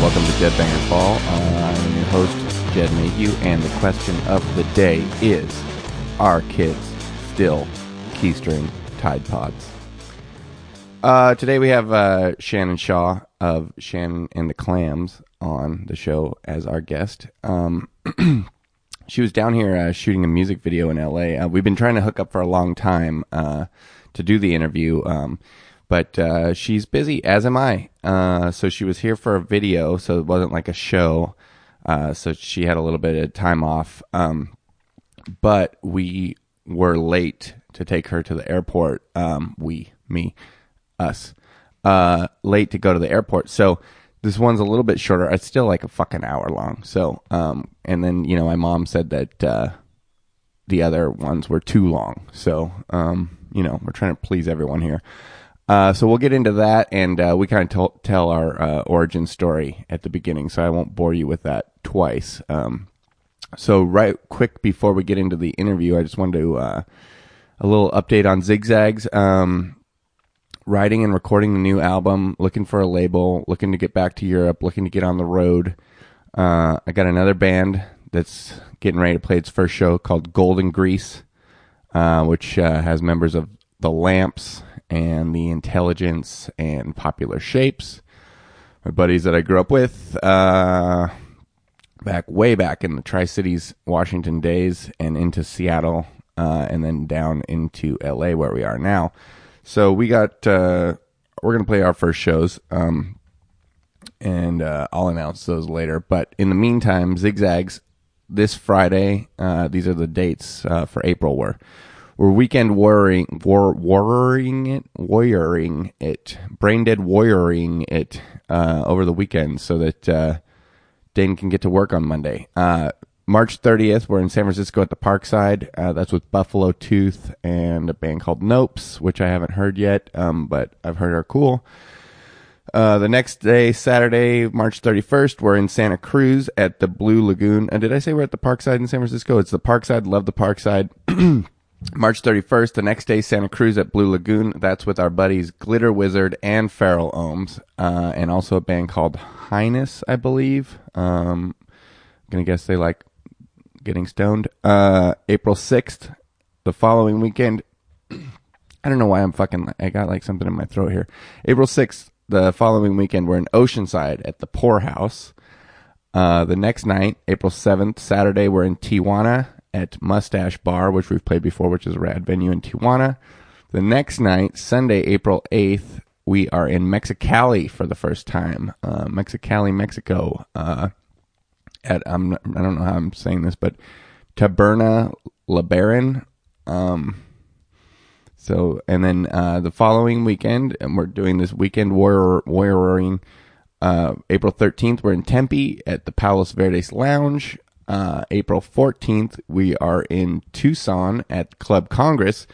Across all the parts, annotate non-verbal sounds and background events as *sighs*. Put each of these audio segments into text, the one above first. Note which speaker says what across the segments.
Speaker 1: welcome to Dead Bangers Ball. Uh, I'm your host, Jed Mayhew, and the question of the day is: Are kids still keystring Tide Pods? Uh, today we have uh, Shannon Shaw of Shannon and the Clams on the show as our guest. Um, she was down here uh, shooting a music video in LA. Uh, we've been trying to hook up for a long time uh, to do the interview, um, but uh, she's busy, as am I. Uh, so she was here for a video, so it wasn't like a show. Uh, so she had a little bit of time off. Um, but we were late to take her to the airport. Um, we, me, us, uh, late to go to the airport. So this one's a little bit shorter. It's still like a fucking hour long. So, um, and then you know, my mom said that uh, the other ones were too long. So, um, you know, we're trying to please everyone here. Uh, so we'll get into that, and uh, we kind of t- tell our uh, origin story at the beginning. So I won't bore you with that twice. Um, so, right quick before we get into the interview, I just wanted to uh, a little update on zigzags. Um, writing and recording the new album, looking for a label, looking to get back to Europe, looking to get on the road. Uh, I got another band that's getting ready to play its first show called Golden Grease, uh, which uh, has members of the Lamps and the Intelligence and Popular Shapes. My buddies that I grew up with. Uh, back way back in the Tri Cities, Washington days, and into Seattle, uh, and then down into LA where we are now. So we got uh, we're gonna play our first shows, um, and uh, I'll announce those later. But in the meantime, zigzags this Friday. Uh, these are the dates uh, for April. We're we're weekend warring war warring it warring it brain dead warring it uh, over the weekend so that. Uh, Dane can get to work on Monday. Uh, March 30th, we're in San Francisco at the Parkside. Uh, that's with Buffalo Tooth and a band called Nopes, which I haven't heard yet, um, but I've heard are cool. Uh, the next day, Saturday, March 31st, we're in Santa Cruz at the Blue Lagoon. And did I say we're at the Parkside in San Francisco? It's the Parkside. Love the Parkside. March 31st, the next day, Santa Cruz at Blue Lagoon. That's with our buddies Glitter Wizard and Feral Ohms, uh, and also a band called Highness, I believe. Um, gonna guess they like getting stoned. Uh, April 6th, the following weekend, *clears throat* I don't know why I'm fucking. I got like something in my throat here. April 6th, the following weekend, we're in Oceanside at the Poorhouse. Uh, the next night, April 7th, Saturday, we're in Tijuana at Mustache Bar, which we've played before, which is a rad venue in Tijuana. The next night, Sunday, April 8th, we are in Mexicali for the first time. Uh, Mexicali, Mexico. Uh, at I'm I don't know how I'm saying this, but Taberna LeBaron. Um, so and then uh, the following weekend, and we're doing this weekend warrior warrioring. Uh, April 13th, we're in Tempe at the Palos Verdes Lounge. Uh, April 14th, we are in Tucson at Club Congress,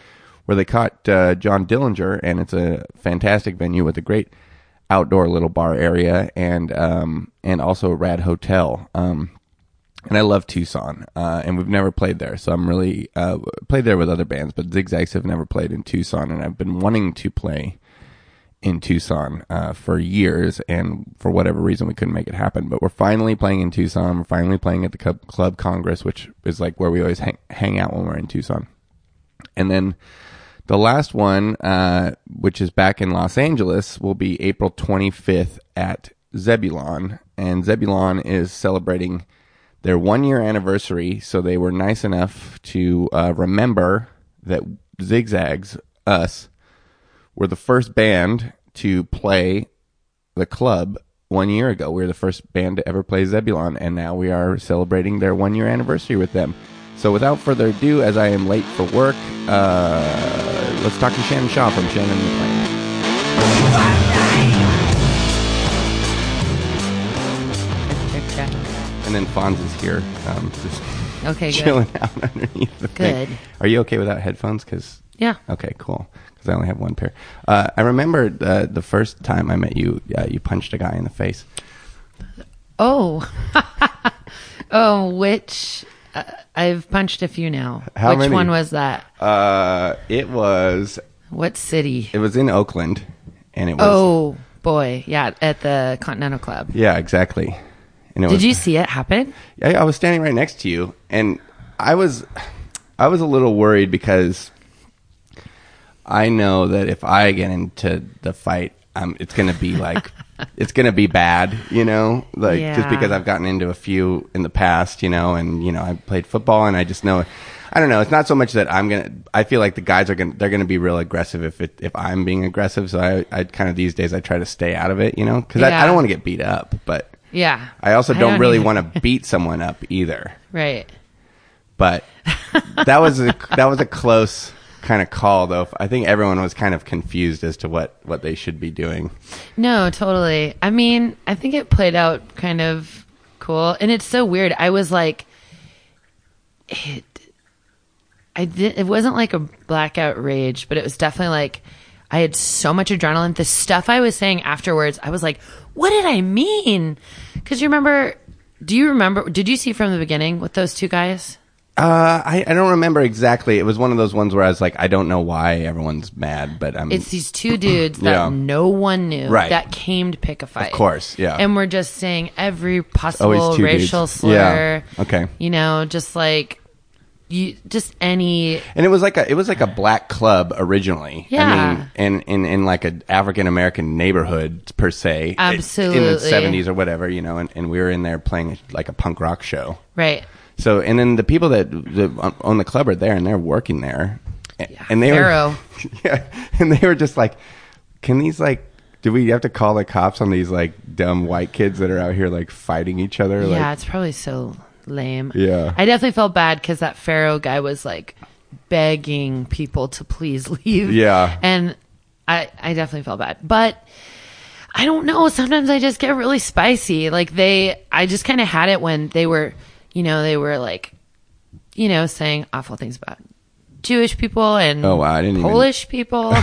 Speaker 1: where they caught uh, John Dillinger, and it's a fantastic venue with a great outdoor little bar area and um, and also a rad hotel. Um, and I love Tucson, uh, and we've never played there, so I'm really uh, played there with other bands, but Zigzags have never played in Tucson, and I've been wanting to play in Tucson uh, for years, and for whatever reason, we couldn't make it happen. But we're finally playing in Tucson. We're finally playing at the Club, Club Congress, which is like where we always hang, hang out when we're in Tucson. And then the last one, uh, which is back in Los Angeles, will be April 25th at Zebulon. And Zebulon is celebrating their one year anniversary. So they were nice enough to uh, remember that Zigzags, us, were the first band to play the club one year ago. We were the first band to ever play Zebulon, and now we are celebrating their one year anniversary with them. So without further ado, as I am late for work, uh, let's talk to Shannon Shaw from Shannon and the Plan. And then Fonz is here, um, just
Speaker 2: Okay, good.
Speaker 1: chilling out *laughs* underneath the thing.
Speaker 2: Good.
Speaker 1: Are you okay without headphones? Because
Speaker 2: Yeah.
Speaker 1: Okay, cool. Because I only have one pair. Uh, I remember uh, the first time I met you, uh, you punched a guy in the face.
Speaker 2: Oh. *laughs* oh, which uh, I've punched a few now.
Speaker 1: How
Speaker 2: which
Speaker 1: many?
Speaker 2: one was that?
Speaker 1: Uh, it was
Speaker 2: What city?
Speaker 1: it was in Oakland, and it was
Speaker 2: oh, boy, yeah, at the Continental Club.
Speaker 1: Yeah, exactly. And it
Speaker 2: Did
Speaker 1: was,
Speaker 2: you see it happen?
Speaker 1: I, I was standing right next to you, and I was, I was a little worried because I know that if I get into the fight, um, it's gonna be
Speaker 2: *laughs*
Speaker 1: like, it's gonna be bad, you know, like just
Speaker 2: Yeah.
Speaker 1: because I've gotten into a few in the past, you know, and you know I played football, and I just know. I don't know. It's not so much that I'm gonna. I feel like the guys are gonna. They're gonna be real aggressive if it, if I'm being aggressive. So I, I kind of these days I try to stay out of it, you know, because I, I
Speaker 2: Yeah.
Speaker 1: don't want to get beat up. But
Speaker 2: Yeah.
Speaker 1: I also don't, really
Speaker 2: either.
Speaker 1: want
Speaker 2: *laughs*
Speaker 1: to beat someone up either.
Speaker 2: Right.
Speaker 1: But that was
Speaker 2: *laughs*
Speaker 1: a that was a close kind of call though. I think everyone was kind of confused as to what what they should be doing.
Speaker 2: No, totally. I mean, I think it played out kind of cool. And it's so weird. I was like it I did it wasn't like a blackout rage, but it was definitely like I had so much adrenaline. The stuff I was saying afterwards, I was like, "What did I mean?" Cuz you remember do you remember did you see from the beginning with those two guys?
Speaker 1: Uh, I, I don't remember exactly. It was one of those ones where I was like, I don't know why everyone's mad, but I'm
Speaker 2: It's these two dudes that
Speaker 1: Yeah.
Speaker 2: no one knew
Speaker 1: Right.
Speaker 2: that came to pick a
Speaker 1: Of
Speaker 2: fight.
Speaker 1: course, yeah.
Speaker 2: And we're just saying every
Speaker 1: always
Speaker 2: possible
Speaker 1: two
Speaker 2: racial
Speaker 1: dudes.
Speaker 2: slur.
Speaker 1: Yeah. Okay.
Speaker 2: You know, just like you just any
Speaker 1: And it was like a it was like a black club originally. I
Speaker 2: Yeah.
Speaker 1: mean, in in, in like an African American neighborhood per se. i- In the
Speaker 2: Absolutely.
Speaker 1: seventies or whatever, you know, and, and we were in there playing like a punk rock show.
Speaker 2: right.
Speaker 1: So, and then the people that, that own the club are there, and they're working there, A- and they
Speaker 2: Pharaoh.
Speaker 1: were, *laughs* yeah, and they were just like, can these like, do we have to call the cops on these like dumb white kids that are out here like fighting each other?
Speaker 2: yeah,
Speaker 1: Like,
Speaker 2: it's probably so lame.
Speaker 1: Yeah.
Speaker 2: I definitely felt bad because that Pharaoh guy was like begging people to please *laughs* leave.
Speaker 1: Yeah.
Speaker 2: And I I definitely felt bad. But I don't know. Sometimes I just get really spicy. Like they I just kinda had it when they were you know, they were like you know, saying awful things about Jewish people and
Speaker 1: Oh, wow, I didn't even-
Speaker 2: Polish
Speaker 1: *laughs*
Speaker 2: people,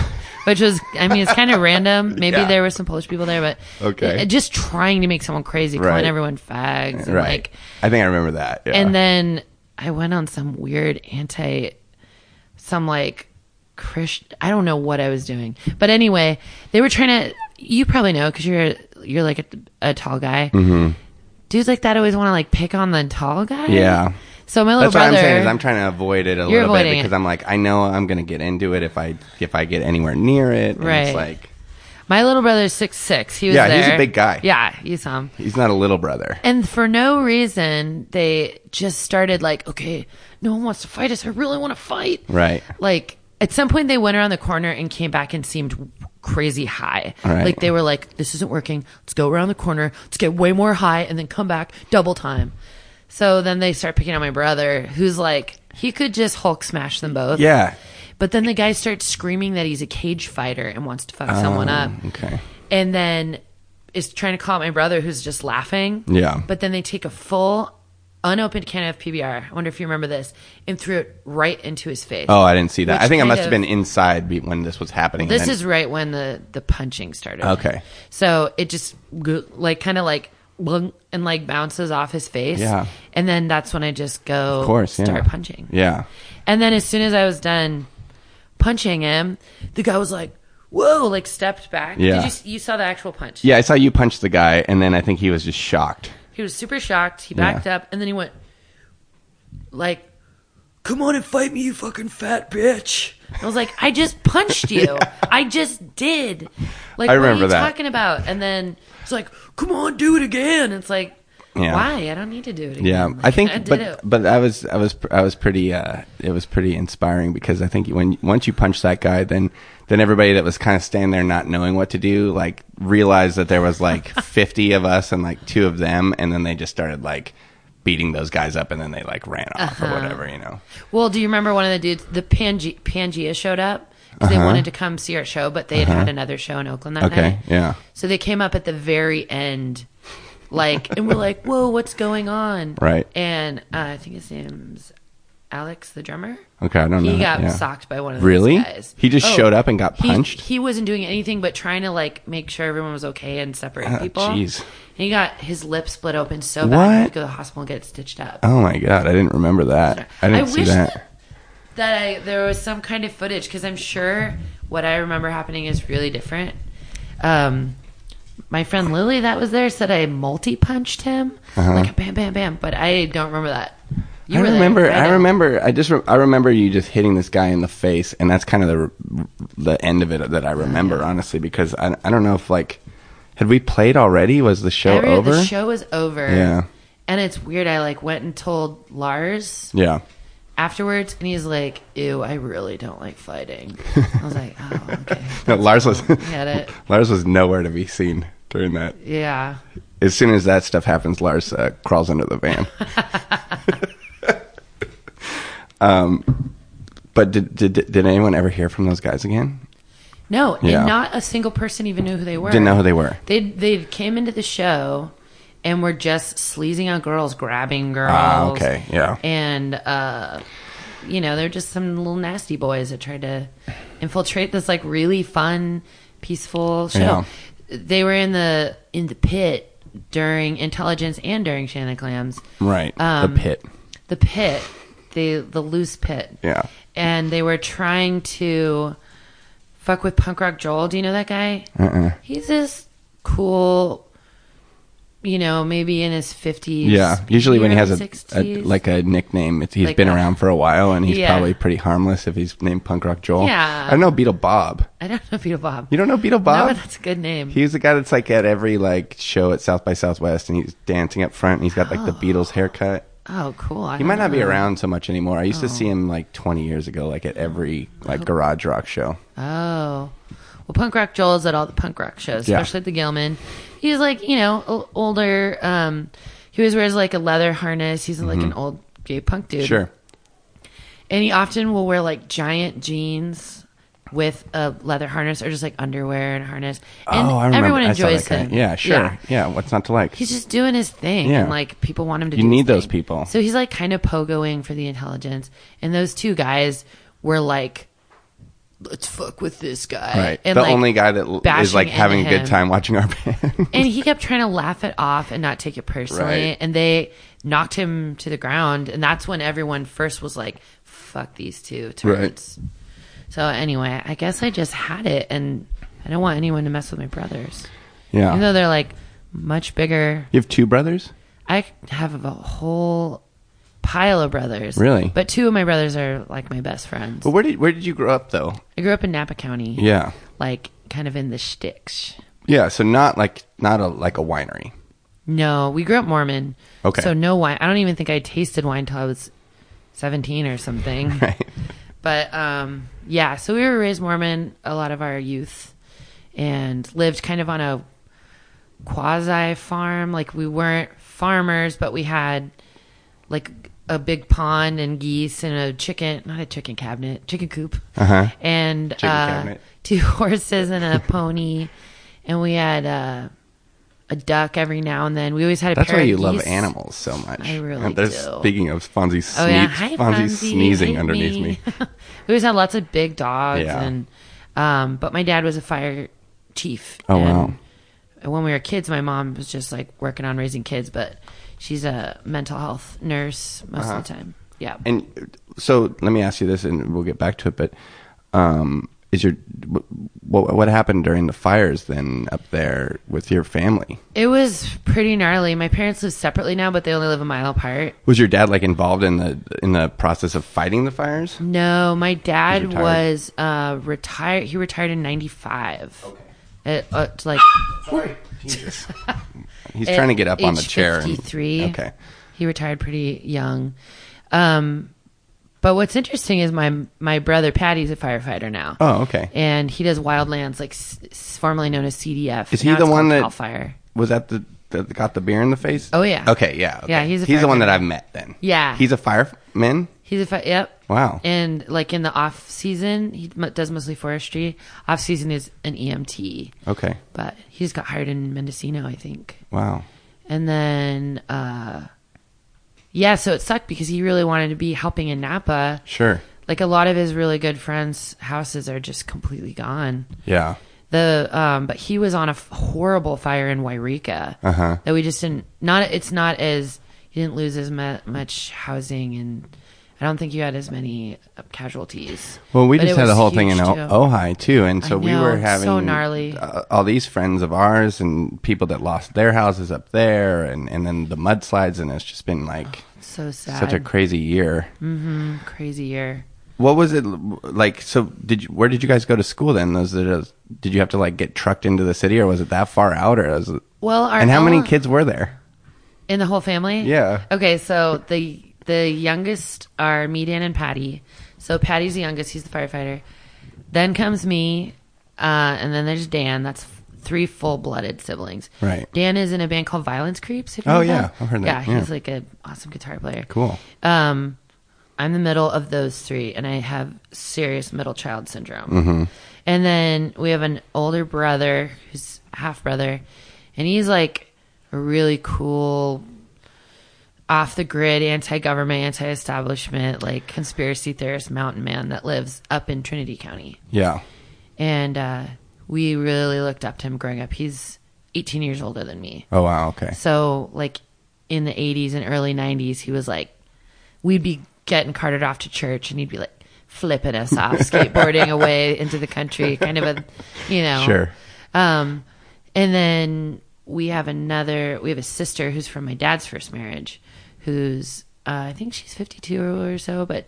Speaker 2: which was, I mean, it's kind of random. Maybe
Speaker 1: Yeah.
Speaker 2: there were some Polish people there, but
Speaker 1: Okay.
Speaker 2: it- just trying to make someone crazy,
Speaker 1: Right.
Speaker 2: calling everyone fags, and
Speaker 1: right. Uh.
Speaker 2: like,
Speaker 1: I think I remember that. Yeah.
Speaker 2: and then I went on some weird anti, some like Christian. I don't know what I was doing, but anyway, they were trying to. You probably know because you're you're like a, a tall guy.
Speaker 1: Mm-hmm.
Speaker 2: Dudes like that always want to like pick on the tall guy.
Speaker 1: Yeah.
Speaker 2: So my little
Speaker 1: that's
Speaker 2: brother.
Speaker 1: what I'm saying is I'm trying to avoid it a little bit
Speaker 2: avoiding it.
Speaker 1: because I'm like, I know I'm going to get into it if I if I get anywhere near it. And It's
Speaker 2: Right.
Speaker 1: like
Speaker 2: My little brother's six six. He was
Speaker 1: Yeah, he's a
Speaker 2: there.
Speaker 1: big guy.
Speaker 2: Yeah, you saw him.
Speaker 1: he's not a little brother.
Speaker 2: And for no reason, they just started like, okay, no one wants to fight us. I really want to fight.
Speaker 1: Right.
Speaker 2: Like at some point, they went around the corner and came back and seemed crazy high.
Speaker 1: Right.
Speaker 2: Like they were like, this isn't working. Let's go around the corner. Let's get way more high and then come back double time. So then they start picking on my brother, who's like, he could just Hulk smash them both.
Speaker 1: Yeah.
Speaker 2: But then the guy starts screaming that he's a cage fighter and wants to fuck
Speaker 1: Oh,
Speaker 2: someone up.
Speaker 1: Okay.
Speaker 2: And then is trying to call my brother who's just laughing.
Speaker 1: Yeah.
Speaker 2: But then they take a full unopened can of PBR. I wonder if you remember this and threw it right into his face.
Speaker 1: Oh, I didn't see that.
Speaker 2: Which
Speaker 1: I think I
Speaker 2: kind
Speaker 1: must have
Speaker 2: of-
Speaker 1: been inside be- when this was happening.
Speaker 2: This
Speaker 1: and-
Speaker 2: is right when the the punching started.
Speaker 1: Okay.
Speaker 2: So it just go- like kind of like blung, and like bounces off his face.
Speaker 1: Yeah.
Speaker 2: And then that's when I just go
Speaker 1: of course, yeah.
Speaker 2: start punching.
Speaker 1: Yeah,
Speaker 2: And then as soon as I was done punching him, the guy was like, "Whoa!" Like stepped back.
Speaker 1: Yeah.
Speaker 2: Did you, s- you saw the actual punch?
Speaker 1: yeah. I saw you punch the guy, and then I think he was just shocked.
Speaker 2: He was super shocked. He backed
Speaker 1: Yeah.
Speaker 2: up, and then he went like, "Come on and fight me, you fucking fat bitch!" I was like, "I
Speaker 1: *laughs*
Speaker 2: just punched you. I just did." Like,
Speaker 1: I
Speaker 2: what are
Speaker 1: remember
Speaker 2: you
Speaker 1: that.
Speaker 2: talking about? And then it's like, "Come on, do it again." It's like,
Speaker 1: Yeah.
Speaker 2: why? I don't need to do it. Again.
Speaker 1: Yeah,
Speaker 2: Like,
Speaker 1: I think,
Speaker 2: did
Speaker 1: but
Speaker 2: it.
Speaker 1: but I was I was pr- I was pretty uh, it was pretty inspiring because I think when once you punch that guy, then then everybody that was kind of standing there not knowing what to do, like realized that there was
Speaker 2: *laughs*
Speaker 1: like fifty of us and like two of them, and then they just started like beating those guys up, and then they like ran off
Speaker 2: Uh-huh.
Speaker 1: or whatever, you know.
Speaker 2: Well, do you remember one of the dudes? The Pange- Pangea showed up because they wanted to come see our show, but they had had another show in Oakland that
Speaker 1: Uh-huh. Okay,
Speaker 2: night.
Speaker 1: yeah.
Speaker 2: So they came up at the very end, like, and we're like, "Whoa, what's going on?"
Speaker 1: Right.
Speaker 2: And uh, I think his name's Alex, the drummer.
Speaker 1: Okay, I don't know.
Speaker 2: He
Speaker 1: that,
Speaker 2: got
Speaker 1: Uh-huh, yeah.
Speaker 2: socked by one of
Speaker 1: Really?
Speaker 2: those guys. Oh,
Speaker 1: He just showed up and got
Speaker 2: he-
Speaker 1: punched?
Speaker 2: He, wasn't doing anything but trying to like make sure everyone was okay and separate people.
Speaker 1: Ah, jeez.
Speaker 2: And He got his lip split open so bad he had
Speaker 1: What?
Speaker 2: to go to the hospital and get it stitched up.
Speaker 1: Oh my god, I didn't remember that. I didn't see
Speaker 2: wish
Speaker 1: that.
Speaker 2: that I there was some kind of footage because I'm sure what I remember happening is really different. Um, my friend Lily that was there said I multi punched him like a bam bam bam, but I don't remember that.
Speaker 1: Uh-huh.
Speaker 2: You
Speaker 1: I
Speaker 2: were there,
Speaker 1: remember.
Speaker 2: right?
Speaker 1: I remember. I just. Re- I remember you just hitting this guy in the face, and that's kind of the the end of it that I remember, honestly, because I I don't know if like had we played already? Was the show
Speaker 2: I remember
Speaker 1: over?
Speaker 2: The show was over.
Speaker 1: Yeah.
Speaker 2: and it's weird. I like went and told Lars
Speaker 1: yeah.
Speaker 2: afterwards, and he's like, "Ew, I really don't like fighting." I was like, "Oh,
Speaker 1: *laughs*
Speaker 2: okay,
Speaker 1: No, Lars was
Speaker 2: get it."
Speaker 1: *laughs* Lars was nowhere to be seen during that.
Speaker 2: Yeah.
Speaker 1: As soon as that stuff happens, Lars uh, crawls under the
Speaker 2: *laughs*
Speaker 1: van. *laughs* um, Um, but did, did did anyone ever hear from those guys again?
Speaker 2: No,
Speaker 1: Yeah.
Speaker 2: and not a single person even knew who they were.
Speaker 1: Didn't know who they were.
Speaker 2: They they came into the show and were just sleazing on girls, grabbing girls.
Speaker 1: Ah, okay, yeah.
Speaker 2: And uh, you know, they're just some little nasty boys that tried to infiltrate this like really fun, peaceful show.
Speaker 1: Yeah.
Speaker 2: They were in the in the pit during Intelligence and during Shannon Clams.
Speaker 1: Right.
Speaker 2: Um,
Speaker 1: the pit.
Speaker 2: The pit, the the loose pit.
Speaker 1: Yeah.
Speaker 2: And they were trying to fuck with Punk Rock Joel. Do you know that guy?
Speaker 1: Uh-uh.
Speaker 2: He's this cool, you know, maybe in his 50s.
Speaker 1: Yeah, usually when he has a,
Speaker 2: 60s.
Speaker 1: a like a nickname, it's, he's
Speaker 2: Like
Speaker 1: been
Speaker 2: a-
Speaker 1: around for a while, and he's
Speaker 2: Yeah.
Speaker 1: probably pretty harmless if he's named Punk Rock Joel.
Speaker 2: Yeah.
Speaker 1: I don't know Beetle Bob.
Speaker 2: I don't know Peter Bob.
Speaker 1: You don't know Beetle
Speaker 2: No,
Speaker 1: Bob?
Speaker 2: that's a good name.
Speaker 1: He's the guy that's like at every like show at South by Southwest, and he's dancing up front, and he's got like
Speaker 2: *gasps*
Speaker 1: the Beatles haircut.
Speaker 2: oh, cool. I
Speaker 1: He might not be around so much anymore. I used to
Speaker 2: Oh.
Speaker 1: see him like 20 years ago, like at every like garage rock show.
Speaker 2: Oh. Well, Punk Rock Joel is at all the punk rock shows,
Speaker 1: Yeah.
Speaker 2: especially at the Gilman. He's like, you know, o- older. Um, he always wears like a leather harness. He's like an old gay punk dude.
Speaker 1: Mm-hmm. Sure.
Speaker 2: And he often will wear like giant jeans with a leather harness or just like underwear and a harness. And
Speaker 1: oh, I remember.
Speaker 2: everyone
Speaker 1: I saw
Speaker 2: enjoys
Speaker 1: that guy.
Speaker 2: him.
Speaker 1: Yeah, sure. Yeah. what's not to like?
Speaker 2: He's just doing his thing,
Speaker 1: Yeah.
Speaker 2: and like people want him to.
Speaker 1: You
Speaker 2: do his
Speaker 1: need those
Speaker 2: thing.
Speaker 1: people.
Speaker 2: So he's like kind of pogoing for the intelligence, and those two guys were like, "Let's fuck with this guy."
Speaker 1: right.
Speaker 2: And
Speaker 1: the
Speaker 2: like,
Speaker 1: only guy that l- is
Speaker 2: bashing
Speaker 1: like having a
Speaker 2: into
Speaker 1: good
Speaker 2: him.
Speaker 1: time watching our *laughs* band.
Speaker 2: and he kept trying to laugh it off and not take it personally,
Speaker 1: Right.
Speaker 2: and they knocked him to the ground, and that's when everyone first was like, "Fuck these two turds." So anyway, I guess I just had it, and I don't want anyone to mess with my brothers,
Speaker 1: yeah.
Speaker 2: even though they're like much bigger
Speaker 1: You have two brothers?
Speaker 2: I have a whole pile of brothers.
Speaker 1: Really?
Speaker 2: But two of my brothers are like my best friends.
Speaker 1: But where did where did you grow up though?
Speaker 2: I grew up in Napa County.
Speaker 1: Yeah.
Speaker 2: Like kind of in the shticks.
Speaker 1: Yeah, so not like not a like a winery. *laughs*
Speaker 2: No, we grew up Mormon.
Speaker 1: Okay.
Speaker 2: So no wine. I don't even think I tasted wine till I was 17 or something.
Speaker 1: *laughs* Right.
Speaker 2: But um yeah, so we were raised Mormon a lot of our youth and lived kind of on a quasi farm. Like we weren't farmers, but we had like a big pond and geese and a chicken, not a chicken cabinet, chicken coop.
Speaker 1: Uh-huh.
Speaker 2: And
Speaker 1: Chicken
Speaker 2: uh,
Speaker 1: cabinet.
Speaker 2: two *laughs* horses and a pony and we had uh a duck every now and then. We always had a
Speaker 1: That's
Speaker 2: pair
Speaker 1: why
Speaker 2: of
Speaker 1: you love
Speaker 2: geese.
Speaker 1: animals so much.
Speaker 2: I really
Speaker 1: and there's,
Speaker 2: do.
Speaker 1: Speaking of Fonzie, sneeze,
Speaker 2: Oh yeah, hi
Speaker 1: Fonzie's
Speaker 2: Fonzie.
Speaker 1: sneezing
Speaker 2: Hate
Speaker 1: underneath me.
Speaker 2: *laughs* we always had lots of big dogs,
Speaker 1: Yeah.
Speaker 2: and um, but my dad was a fire chief.
Speaker 1: Oh,
Speaker 2: and
Speaker 1: wow.
Speaker 2: and When we were kids, my mom was just like working on raising kids, but she's a mental health nurse most of the time. Yeah,
Speaker 1: Uh-huh. And so let me ask you this, and we'll get back to it. But um, is your what, what happened during the fires then up there with your family?
Speaker 2: it was pretty gnarly. My parents live separately now, but they only live a mile apart.
Speaker 1: Was your dad like involved in the in the process of fighting the fires?
Speaker 2: No, my dad
Speaker 1: retired?
Speaker 2: was uh, retired. He retired in '95. Okay. It, uh, it's like
Speaker 1: Sorry, Jesus. *laughs* He's trying to get up on the chair. and-
Speaker 2: Fifty-three.
Speaker 1: okay.
Speaker 2: He retired pretty young. Um, but what's interesting is my my brother Patty's a firefighter now.
Speaker 1: Oh, okay.
Speaker 2: And he does wildlands, like s- s- formerly known as CDF.
Speaker 1: Is he
Speaker 2: Now
Speaker 1: the
Speaker 2: it's
Speaker 1: one
Speaker 2: called
Speaker 1: that-
Speaker 2: Cal Fire?
Speaker 1: was that the that got the beer in the face?
Speaker 2: Oh, yeah.
Speaker 1: Okay, yeah. okay.
Speaker 2: Yeah, he's a
Speaker 1: the one
Speaker 2: firefighter.
Speaker 1: that I've met then.
Speaker 2: Yeah.
Speaker 1: He's a fireman.
Speaker 2: He's a fi- yep.
Speaker 1: Wow.
Speaker 2: And like in the off season, he m- does mostly forestry. Off season is an EMT,
Speaker 1: Okay.
Speaker 2: but he just got hired in Mendocino, I think.
Speaker 1: Wow.
Speaker 2: And then, uh, yeah, so it sucked because he really wanted to be helping in Napa.
Speaker 1: Sure.
Speaker 2: like a lot of his really good friends' houses are just completely gone.
Speaker 1: Yeah.
Speaker 2: The um, but he was on a f- horrible fire in Wairika
Speaker 1: Uh-huh.
Speaker 2: that we just didn't. Not it's not as he didn't lose as mu- much housing and I don't think you had as many uh, casualties.
Speaker 1: Well, we
Speaker 2: But
Speaker 1: just
Speaker 2: it
Speaker 1: had a
Speaker 2: was
Speaker 1: whole thing in oh,
Speaker 2: huge,
Speaker 1: o-
Speaker 2: too.
Speaker 1: Ojai too, and so
Speaker 2: I
Speaker 1: we
Speaker 2: know,
Speaker 1: were
Speaker 2: so
Speaker 1: having
Speaker 2: gnarly.
Speaker 1: uh, all these friends of ours and people that lost their houses up there, and and then the mudslides, and it's just been like
Speaker 2: So sad.
Speaker 1: such a crazy year.
Speaker 2: crazy year.
Speaker 1: What was it l- like? So did you, where did you guys go to school then? Those those- did you have to like get trucked into the city, or was it that far out, or was it,
Speaker 2: Well, our
Speaker 1: and how many
Speaker 2: ele-
Speaker 1: kids were there?
Speaker 2: in the whole family?
Speaker 1: Yeah.
Speaker 2: Okay, so the the youngest are me, Dan, and Patty. So Patty's the youngest; he's the firefighter. Then comes me, uh, and then there's Dan. That's f- three full-blooded siblings.
Speaker 1: Right.
Speaker 2: Dan is in a band called Violence Creeps. Have you
Speaker 1: Oh,
Speaker 2: heard
Speaker 1: yeah.
Speaker 2: that?
Speaker 1: I've heard that,
Speaker 2: Yeah, he's
Speaker 1: yeah.
Speaker 2: like an awesome guitar player.
Speaker 1: Cool.
Speaker 2: Um, I'm the middle of those three, and I have serious middle child syndrome. And then we have an older brother who's half brother, and he's like a really cool, off the grid, anti government, anti establishment, like conspiracy theorist mountain man that lives up in Trinity County.
Speaker 1: Yeah.
Speaker 2: And uh, we really looked up to him growing up. He's 18 years older than me.
Speaker 1: Oh wow. Okay.
Speaker 2: So like in the 80s and early 90s, he was like, we'd be getting carted off to church, and he'd be like flipping us
Speaker 1: *laughs*
Speaker 2: off, skateboarding away into the country, kind of a, you know,
Speaker 1: Sure.
Speaker 2: Um, and then we have another. We have a sister who's from my dad's first marriage, who's uh, I think she's 52 or so, but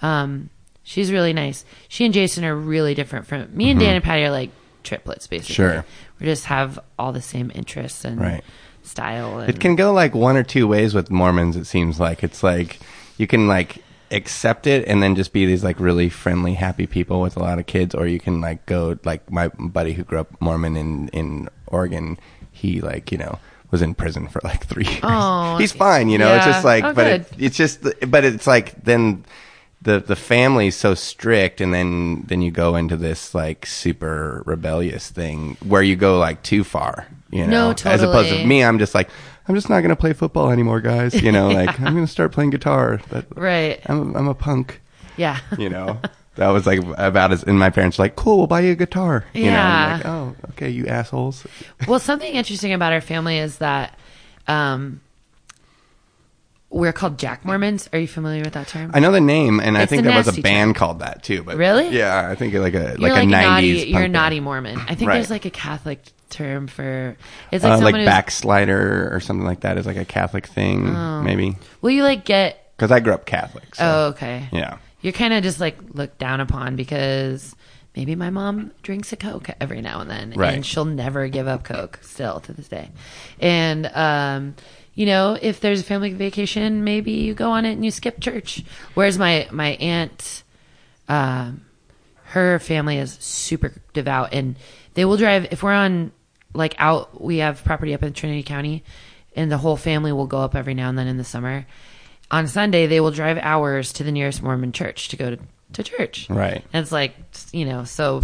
Speaker 2: um, she's really nice. She and Jason are really different from me and Dan and Patty are like triplets basically.
Speaker 1: Mm-hmm. Sure.
Speaker 2: We just have all the same interests and
Speaker 1: Right.
Speaker 2: style. And,
Speaker 1: It can go like one or two ways with Mormons. It seems like it's like you can like accept it and then just be these like really friendly, happy people with a lot of kids, or you can like go like my buddy who grew up Mormon in in Oregon. He like you know was in prison for like *laughs* three years.
Speaker 2: Oh,
Speaker 1: He's fine, you know. It's
Speaker 2: yeah.
Speaker 1: just like,
Speaker 2: Oh,
Speaker 1: but
Speaker 2: good.
Speaker 1: it, it's just, but it's like then. The, the family's so strict and then then you go into this like super rebellious thing where you go like too far you know
Speaker 2: No,
Speaker 1: as opposed to
Speaker 2: totally.
Speaker 1: me i'm just like i'm just not going to play football anymore guys you
Speaker 2: *laughs*
Speaker 1: know like i'm going to start playing guitar that,
Speaker 2: right.
Speaker 1: I'm, I'm a punk *laughs*
Speaker 2: Yeah.
Speaker 1: you know that was like about as and my parents were like cool we'll buy you a guitar you know
Speaker 2: Yeah.
Speaker 1: I'm like oh okay you assholes
Speaker 2: well, something interesting about our family is that um, we're called Jack Mormons. Are you familiar with that term?
Speaker 1: i know the name and i
Speaker 2: It's
Speaker 1: think
Speaker 2: a
Speaker 1: there was a
Speaker 2: nasty
Speaker 1: band called that too but
Speaker 2: Really?
Speaker 1: yeah i think like a
Speaker 2: you're
Speaker 1: like a 90s
Speaker 2: naughty.
Speaker 1: punk
Speaker 2: You're a
Speaker 1: band.
Speaker 2: naughty Mormon. I think
Speaker 1: Right.
Speaker 2: there's like a Catholic term for it's like
Speaker 1: uh,
Speaker 2: someone
Speaker 1: like
Speaker 2: who's,
Speaker 1: backslider or something like that is like a catholic thing
Speaker 2: Oh.
Speaker 1: maybe
Speaker 2: Will you like get?
Speaker 1: because i grew up catholic so
Speaker 2: Oh, okay.
Speaker 1: yeah
Speaker 2: You're kind of just like looked down upon because maybe my mom drinks a Coke every now and then.
Speaker 1: Right.
Speaker 2: And she'll never give up Coke still to this day. And, um, you know, if there's a family vacation, maybe you go on it and you skip church. Whereas my, my aunt, um, her family is super devout and they will drive if we're on like out we have property up in Trinity County and the whole family will go up every now and then in the summer. On Sunday they will drive hours to the nearest Mormon church to go to, to church.
Speaker 1: Right.
Speaker 2: And it's like you know, so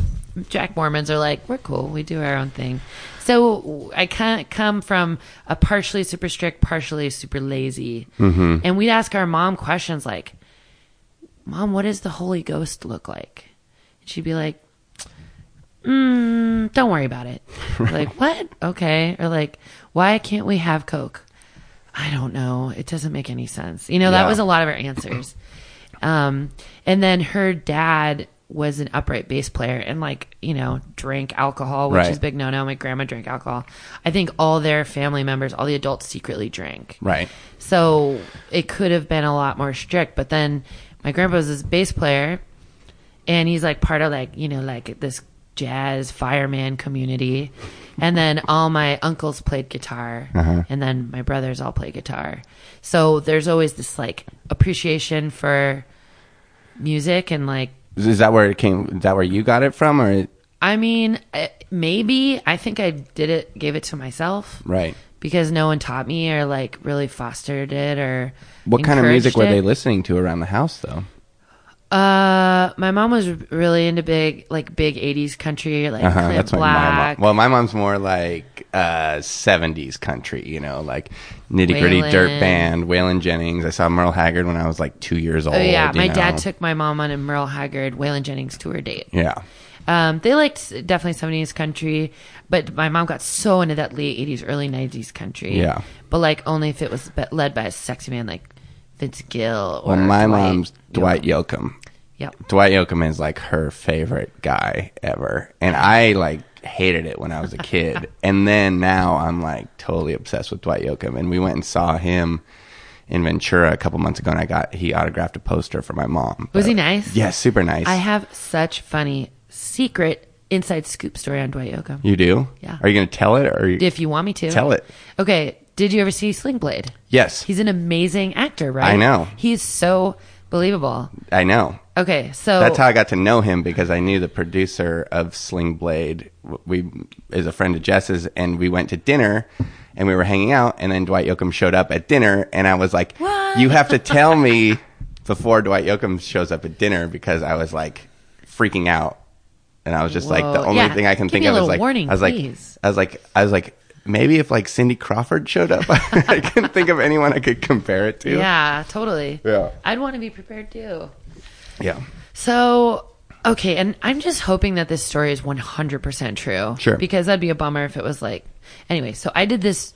Speaker 2: Jack Mormons are like, We're cool, we do our own thing. So I kinda come from a partially super strict, partially super lazy. And we'd ask our mom questions like, Mom, what does the Holy Ghost look like? And she'd be like, mm, Don't worry about it. like, what? Okay. Or like, Why can't we have Coke? I don't know. It doesn't make any sense. You know,
Speaker 1: Yeah.
Speaker 2: that was a lot of our answers. Um, and then her dad was an upright bass player and like, you know, drank alcohol, which
Speaker 1: Right.
Speaker 2: is big no no. My grandma drank alcohol. I think all their family members, all the adults secretly drank.
Speaker 1: right
Speaker 2: So it could have been a lot more strict. But then my grandpa's this bass player, and he's like part of like you know like this jazz fireman community. And then all my uncles played guitar,
Speaker 1: Uh-huh.
Speaker 2: and then my brothers all play guitar. So there's always this like appreciation for music and like
Speaker 1: is that where it came is that where you got it from or it,
Speaker 2: I mean eh, maybe I think I did it gave it to myself
Speaker 1: right
Speaker 2: because no one taught me or like really fostered it or
Speaker 1: What kind of music
Speaker 2: encouraged
Speaker 1: were
Speaker 2: it.
Speaker 1: they listening to around the house, though?
Speaker 2: Uh, my mom was really into big, like big '80s country, like
Speaker 1: Uh-huh,
Speaker 2: Clint
Speaker 1: my
Speaker 2: Black.
Speaker 1: mom. Well, my mom's more like uh, '70s country, you know, like nitty gritty
Speaker 2: Waylon.
Speaker 1: dirt band, Waylon Jennings. I saw Merle Haggard when I was like two years old.
Speaker 2: oh yeah,
Speaker 1: you
Speaker 2: my
Speaker 1: know.
Speaker 2: dad took my mom on a Merle Haggard, Waylon Jennings tour date.
Speaker 1: Yeah,
Speaker 2: Um, they liked definitely '70s country, but my mom got so into that late '80s, early '90s country.
Speaker 1: Yeah.
Speaker 2: but like only if it was be- led by a sexy man like Fitzgill or
Speaker 1: Well, my
Speaker 2: Dwight.
Speaker 1: mom's Dwight Yoakam.
Speaker 2: Yep.
Speaker 1: Dwight Yoakam is like her favorite guy ever, and I like hated it when I was a
Speaker 2: *laughs*
Speaker 1: kid, and then now I'm like totally obsessed with Dwight Yoakam. And we went and saw him in Ventura a couple months ago, and I got he autographed a poster for my mom.
Speaker 2: Was he
Speaker 1: But-
Speaker 2: nice?
Speaker 1: Yeah, super nice.
Speaker 2: I have such funny secret inside scoop story on Dwight Yoakam.
Speaker 1: you do?
Speaker 2: Yeah.
Speaker 1: Are you going to tell it or? Are you,
Speaker 2: If you want me to
Speaker 1: Tell it.
Speaker 2: Okay. Did you ever see Sling Blade?
Speaker 1: yes,
Speaker 2: He's an amazing actor, right?
Speaker 1: I know.
Speaker 2: He's so believable.
Speaker 1: I know.
Speaker 2: Okay, so
Speaker 1: That's how I got to know him because I knew the producer of Sling Blade. W- We is a friend of Jess's, and we went to dinner, and we were hanging out, and then Dwight Yoakam showed up at dinner, and I was like,
Speaker 2: What?
Speaker 1: "You have to tell me before Dwight Yoakam shows up at dinner," because I was like freaking out, and I was just like, the
Speaker 2: Whoa.
Speaker 1: only
Speaker 2: Yeah,
Speaker 1: thing I can
Speaker 2: give
Speaker 1: think
Speaker 2: me a
Speaker 1: of is
Speaker 2: little
Speaker 1: like,
Speaker 2: warning,
Speaker 1: I was like,
Speaker 2: please.
Speaker 1: I was like, I was like, maybe if like Cindy Crawford showed up, *laughs* I couldn't think of anyone I could compare it to.
Speaker 2: yeah, totally.
Speaker 1: Yeah.
Speaker 2: I'd want to be prepared too.
Speaker 1: yeah.
Speaker 2: So, okay, and I'm just hoping that this story is 100% true.
Speaker 1: Sure.
Speaker 2: Because that'd be a bummer if it was like. Anyway, so I did this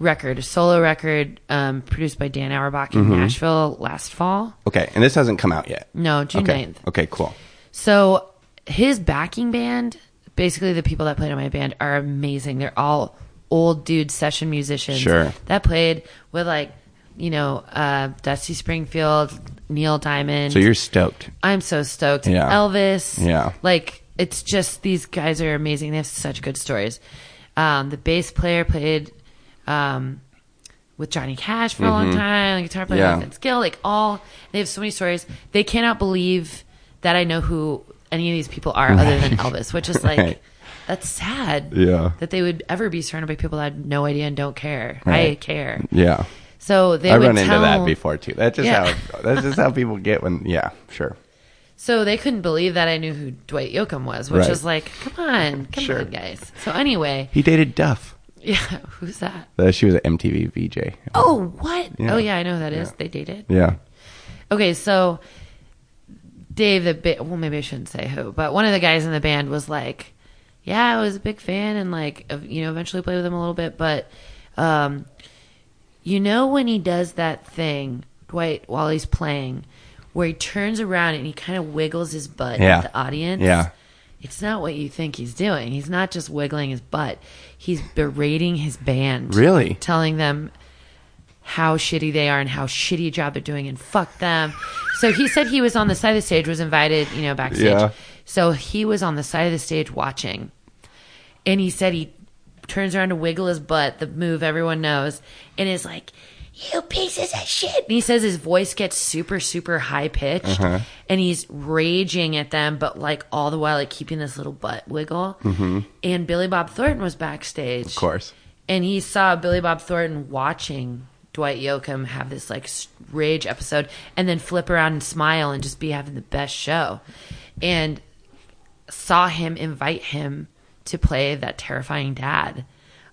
Speaker 2: record, a solo record um, produced by Dan Auerbach
Speaker 1: Mm-hmm.
Speaker 2: in Nashville last fall.
Speaker 1: Okay, and this hasn't come out yet.
Speaker 2: No, June
Speaker 1: okay.
Speaker 2: 9th.
Speaker 1: Okay, cool.
Speaker 2: So his backing band, basically the people that played on my band, are amazing. They're all old dude session musicians
Speaker 1: Sure.
Speaker 2: that played with like, you know, uh, Dusty Springfield, Neil Diamond.
Speaker 1: So you're stoked.
Speaker 2: I'm so stoked.
Speaker 1: Yeah.
Speaker 2: Elvis.
Speaker 1: Yeah.
Speaker 2: Like it's just these guys are amazing. They have such good stories. Um, the bass player played um, with Johnny Cash for a long time. The guitar player
Speaker 1: Mm-hmm. Yeah.
Speaker 2: with Skill. Like all they have so many stories. They cannot believe that I know who any of these people are other than Elvis, which is like
Speaker 1: Right.
Speaker 2: that's sad.
Speaker 1: Yeah.
Speaker 2: That they would ever be surrounded by people that had no idea and don't care. I
Speaker 1: Right.
Speaker 2: care.
Speaker 1: Yeah.
Speaker 2: So they
Speaker 1: I
Speaker 2: would
Speaker 1: run into
Speaker 2: tell,
Speaker 1: that before too. That's just
Speaker 2: Yeah.
Speaker 1: how that's just how people get when yeah, sure.
Speaker 2: So they couldn't believe that I knew who Dwight Yoakam was, which
Speaker 1: Right.
Speaker 2: is like, come on, come
Speaker 1: Sure.
Speaker 2: on, guys. So anyway, *laughs*
Speaker 1: He dated Duff.
Speaker 2: yeah, who's that?
Speaker 1: Uh, She was an MTV VJ.
Speaker 2: Oh, what?
Speaker 1: Yeah.
Speaker 2: Oh, yeah, I know who that is. They dated.
Speaker 1: Yeah.
Speaker 2: Okay, so Dave, the ba- well, maybe I shouldn't say who, but one of the guys in the band was like, "Yeah, I was a big fan, and like, ev- you know, eventually played with him a little bit, but, um, you know, when he does that thing, Dwight, while he's playing, where he turns around and he kind of wiggles his butt
Speaker 1: Yeah.
Speaker 2: at the audience,
Speaker 1: Yeah.
Speaker 2: It's not what you think he's doing. He's not just wiggling his butt. He's berating his band.
Speaker 1: Really?
Speaker 2: Telling them how shitty they are and how shitty a job they're doing and fuck them. So he said he was on the side of the stage, was invited, you know, backstage.
Speaker 1: Yeah.
Speaker 2: So he was on the side of the stage watching. And he said he turns around to wiggle his butt, the move everyone knows, and is like, You pieces of shit. And he says his voice gets super, super high pitched
Speaker 1: Uh-huh.
Speaker 2: and he's raging at them, but like all the while, like keeping this little butt wiggle. And Billy Bob Thornton was backstage
Speaker 1: Mm-hmm. Of course.
Speaker 2: and he saw Billy Bob Thornton watching Dwight Yoakam have this like s- rage episode and then flip around and smile and just be having the best show and saw him invite him to play that terrifying dad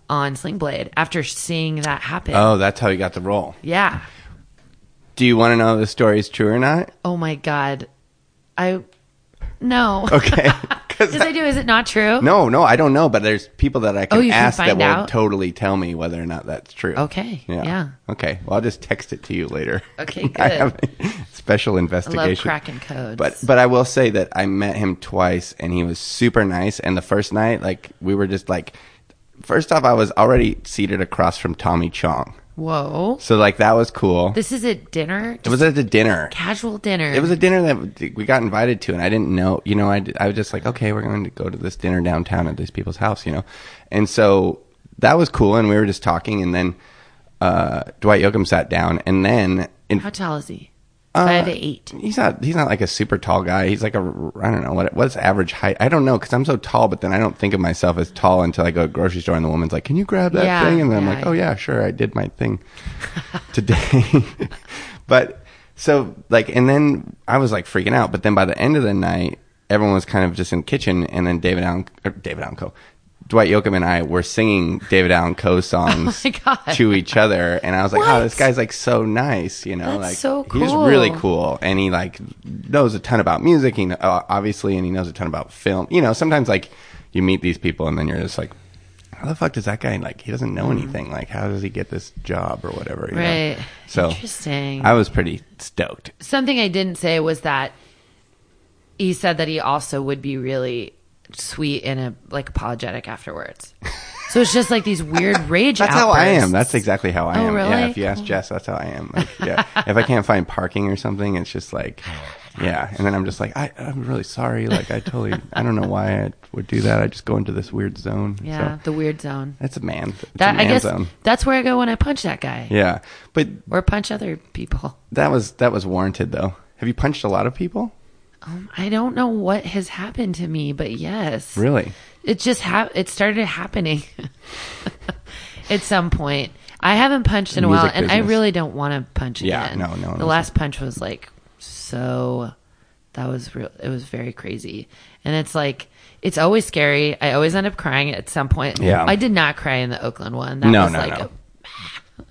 Speaker 2: on Sling Blade after seeing that happen.
Speaker 1: Oh, that's how he got the role.
Speaker 2: yeah.
Speaker 1: Do you want to know if the story is true or not?
Speaker 2: Oh my god. I no.
Speaker 1: *laughs*
Speaker 2: *laughs*
Speaker 1: Okay. 'Cause
Speaker 2: Yes, I do. Is it not true?
Speaker 1: no, no, I don't know, but there's people that I can
Speaker 2: Oh, you can
Speaker 1: ask that
Speaker 2: find
Speaker 1: will
Speaker 2: out?
Speaker 1: totally tell me whether or not that's true.
Speaker 2: Okay, yeah.
Speaker 1: Okay. Well, I'll just text it to you later. *laughs*
Speaker 2: Okay,
Speaker 1: I
Speaker 2: good.
Speaker 1: have a special
Speaker 2: I love
Speaker 1: investigation.
Speaker 2: cracking codes.
Speaker 1: But but I will say that I met him twice and he was super nice. And the first night, like we were just like, first off, I was already seated across from Tommy Chong,
Speaker 2: whoa.
Speaker 1: so like that was cool.
Speaker 2: This is at dinner?
Speaker 1: it was at a dinner.
Speaker 2: casual dinner.
Speaker 1: It was a dinner that we got invited to, and I didn't know. You know, I, d- I was just like, okay, we're going to go to this dinner downtown at these people's house, you know, and so that was cool. And we were just talking, and then uh, Dwight Yoakam sat down, and then in
Speaker 2: How tall is he?
Speaker 1: uh,
Speaker 2: Five to eight.
Speaker 1: He's not. He's not like a super tall guy. He's like a. I don't know what. What's average height? I don't know because I'm so tall. But then I don't think of myself as tall until I go to the grocery store and the woman's like, "Can you grab that
Speaker 2: Yeah,
Speaker 1: thing?" And then
Speaker 2: yeah.
Speaker 1: I'm like, "Oh yeah, sure. I did my thing *laughs* today." *laughs* but so like, and then I was like freaking out. But then by the end of the night, everyone was kind of just in the kitchen, and then David Allen, or David Allen Co. Dwight Yoakam and I were singing David Allen Co
Speaker 2: *laughs*
Speaker 1: songs
Speaker 2: Oh my God.
Speaker 1: to each other, and I was like, "Oh,
Speaker 2: What?
Speaker 1: this guy's like so nice," you know know,
Speaker 2: That's
Speaker 1: like,
Speaker 2: so
Speaker 1: He's
Speaker 2: cool.
Speaker 1: really cool, and he like knows a ton about music. He kn- uh, obviously, and he knows a ton about film. You know, sometimes like you meet these people, and then you're just like, how the fuck does that guy like? He doesn't know anything. Like, how does he get this job or whatever? you know?
Speaker 2: Mm-hmm. Right.
Speaker 1: So
Speaker 2: Interesting.
Speaker 1: I was pretty stoked.
Speaker 2: Something I didn't say was that he said that he also would be really sweet and a, like apologetic afterwards. So it's just like these
Speaker 1: *laughs*
Speaker 2: weird rage.
Speaker 1: That's how I am.
Speaker 2: outbursts.
Speaker 1: That's exactly how I
Speaker 2: Oh,
Speaker 1: am. Yeah,
Speaker 2: really?
Speaker 1: if you ask Jess, that's how I am. Like, yeah, if I can't find parking or something, it's just like, yeah. And then I'm just like, I, I'm really sorry. Like, I totally, I don't know why I would do that. I just go into this weird zone.
Speaker 2: yeah,
Speaker 1: so,
Speaker 2: the weird zone.
Speaker 1: that's a man. It's a
Speaker 2: That I
Speaker 1: man
Speaker 2: guess
Speaker 1: zone.
Speaker 2: that's where I go when I punch that guy
Speaker 1: Yeah, but
Speaker 2: or punch other people.
Speaker 1: that was that was warranted though. Have you punched a lot of people?
Speaker 2: Um, I don't know what has happened to me, but yes,
Speaker 1: Really?
Speaker 2: it just ha- it started happening *laughs* at some point. I haven't punched in a while,
Speaker 1: Music
Speaker 2: and I
Speaker 1: business.
Speaker 2: really don't want to punch
Speaker 1: Yeah,
Speaker 2: again.
Speaker 1: no, no,
Speaker 2: The
Speaker 1: no.
Speaker 2: last punch was like so. That was real. It was very crazy, and it's like it's always scary. I always end up crying at some point.
Speaker 1: Yeah.
Speaker 2: I did not cry in the Oakland one. That
Speaker 1: No,
Speaker 2: was
Speaker 1: no,
Speaker 2: like
Speaker 1: no.
Speaker 2: a-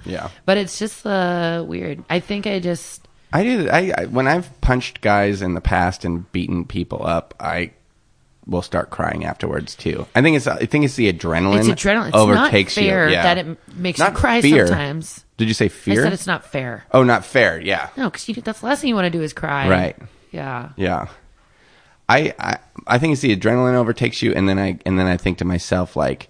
Speaker 1: Yeah.
Speaker 2: but it's just uh, weird. I think I just
Speaker 1: I do. I, I when I've punched guys in the past and beaten people up, I will start crying afterwards too. I think it's I think it's the adrenaline.
Speaker 2: it's adrenaline. It's
Speaker 1: overtakes
Speaker 2: not fair
Speaker 1: you. Yeah.
Speaker 2: that it m- makes
Speaker 1: Not
Speaker 2: you cry
Speaker 1: fear.
Speaker 2: sometimes.
Speaker 1: Did you say fear?
Speaker 2: I said it's not fair.
Speaker 1: oh, not fair. Yeah,
Speaker 2: No, because that's the last thing you want to do is cry.
Speaker 1: Right.
Speaker 2: Yeah.
Speaker 1: yeah. I, I I think it's the adrenaline overtakes you, and then I and then I think to myself like,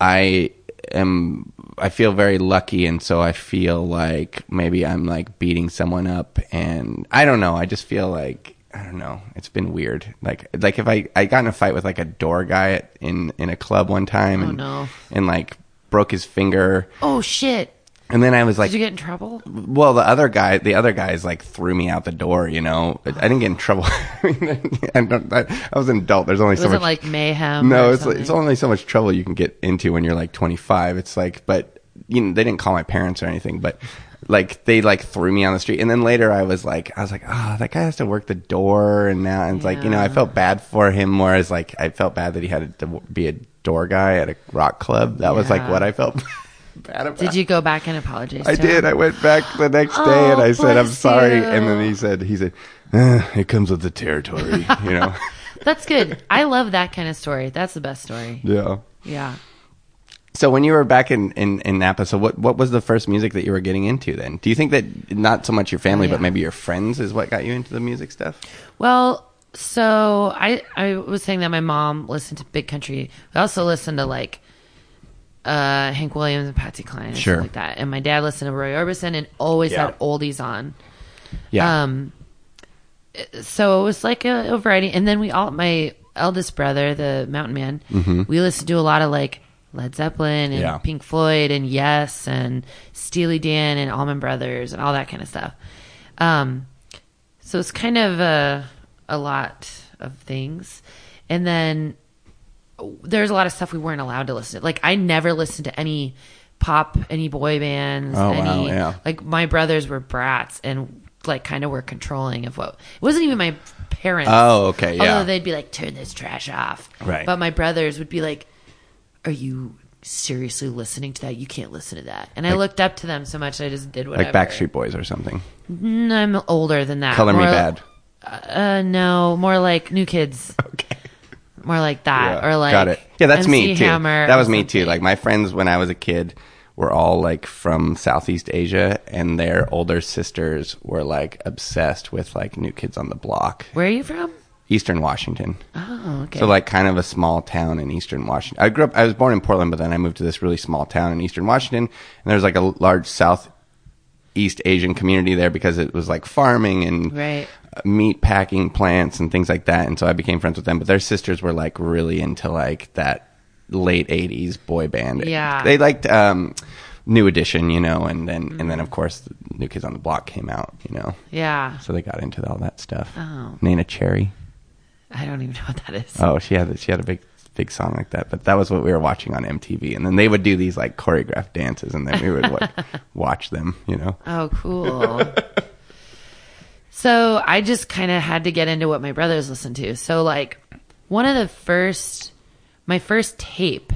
Speaker 1: I am. I feel very lucky, and so I feel like maybe I'm like beating someone up, and I don't know. I just feel like I don't know. It's been weird. Like like if I I got in a fight with like a door guy at, in in a club one time, and
Speaker 2: no.
Speaker 1: and like broke his finger,
Speaker 2: Oh shit!
Speaker 1: and then I was like,
Speaker 2: Did you get in trouble?
Speaker 1: well, the other guy, the other guys like threw me out the door. You know, I didn't get in trouble. *laughs* I mean, I, don't, I, I was an adult. There's only
Speaker 2: It
Speaker 1: so
Speaker 2: wasn't
Speaker 1: much.
Speaker 2: like mayhem.
Speaker 1: no,
Speaker 2: or
Speaker 1: it's it's
Speaker 2: something?
Speaker 1: only so much trouble you can get into when you're like 25. It's like, but you know, they didn't call my parents or anything, but like they like threw me on the street. And then later, I was like, I was like, oh, that guy has to work the door, and now and it's like you know, I felt bad for him. Whereas like I felt bad that he had to be a door guy at a rock club. That was like
Speaker 2: Yeah.
Speaker 1: what I felt *laughs* bad about.
Speaker 2: Did you go back and apologize?
Speaker 1: I
Speaker 2: to him?
Speaker 1: did. I went back the next day
Speaker 2: Oh,
Speaker 1: and I said, "I'm
Speaker 2: bless
Speaker 1: sorry."
Speaker 2: you.
Speaker 1: And then he said, "He said, eh, it comes with the territory." you
Speaker 2: *laughs*
Speaker 1: know.
Speaker 2: That's good. I love that kind of story. That's the best story.
Speaker 1: Yeah.
Speaker 2: Yeah.
Speaker 1: So when you were back in, in, in Napa, so what, what was the first music that you were getting into then? Do you think that not so much your family,
Speaker 2: yeah.
Speaker 1: but maybe your friends is what got you into the music stuff?
Speaker 2: Well, so I I was saying that my mom listened to Big Country. I also listened to like uh Hank Williams and Patsy Cline and
Speaker 1: Sure.
Speaker 2: stuff like that. And my dad listened to Roy Orbison and always
Speaker 1: Yeah.
Speaker 2: had oldies on.
Speaker 1: Yeah.
Speaker 2: Um, so it was like a, a variety. And then we all, my eldest brother, the mountain man, we listened to a lot of like Led Zeppelin and
Speaker 1: Mm-hmm. Yeah.
Speaker 2: Pink Floyd and Yes and Steely Dan and Allman Brothers and all that kind of stuff. Um, so it's kind of a, a lot of things. And then oh, there's a lot of stuff we weren't allowed to listen to. Like I never listened to any pop, any boy bands,
Speaker 1: Oh, wow,
Speaker 2: any
Speaker 1: yeah.
Speaker 2: like my brothers were brats and like kind of were controlling of what it wasn't even my parents.
Speaker 1: Oh, okay, yeah.
Speaker 2: Although they'd be like, turn this trash off.
Speaker 1: Right.
Speaker 2: But my brothers would be like, Are you seriously listening to that? You can't listen to that. And I looked up to them so much I just did whatever.
Speaker 1: like Backstreet Boys or something.
Speaker 2: Mm, I'm older than that.
Speaker 1: Color Me
Speaker 2: More-
Speaker 1: Bad.
Speaker 2: Uh no, more like new kids.
Speaker 1: *laughs* Okay.
Speaker 2: More like that. Or like
Speaker 1: got it. Yeah, that's me
Speaker 2: MC
Speaker 1: too.
Speaker 2: Hammer
Speaker 1: that
Speaker 2: or
Speaker 1: was me too.
Speaker 2: something.
Speaker 1: Like my friends when I was a kid were all like from Southeast Asia, and their older sisters were like obsessed with like New Kids on the Block,
Speaker 2: Where are you from?
Speaker 1: Eastern Washington.
Speaker 2: Oh, okay.
Speaker 1: So like kind of a small town in Eastern Washington. I grew up. I was born in Portland, but then I moved to this really small town in Eastern Washington, and there's like a large South. East Asian community there because it was like farming and
Speaker 2: Right.
Speaker 1: meat packing plants and things like that. And so I became friends with them. But their sisters were like really into like that late '80s boy band.
Speaker 2: Yeah.
Speaker 1: they liked um, New Edition, you know, and then and then of
Speaker 2: Mm-hmm.
Speaker 1: course the New Kids on the Block came out, you know.
Speaker 2: Yeah.
Speaker 1: So they got into all that stuff.
Speaker 2: Oh.
Speaker 1: Nana Cherry.
Speaker 2: I don't even know what that is.
Speaker 1: Oh, she had she had a big big song like that. But that was what we were watching on MTV, and then they would do these like choreographed dances, and then we would
Speaker 2: *laughs*
Speaker 1: like, watch them. You know?
Speaker 2: Oh, cool.
Speaker 1: *laughs*
Speaker 2: so I just kind of had to get into what my brothers listened to. So, like, one of the first, my first tape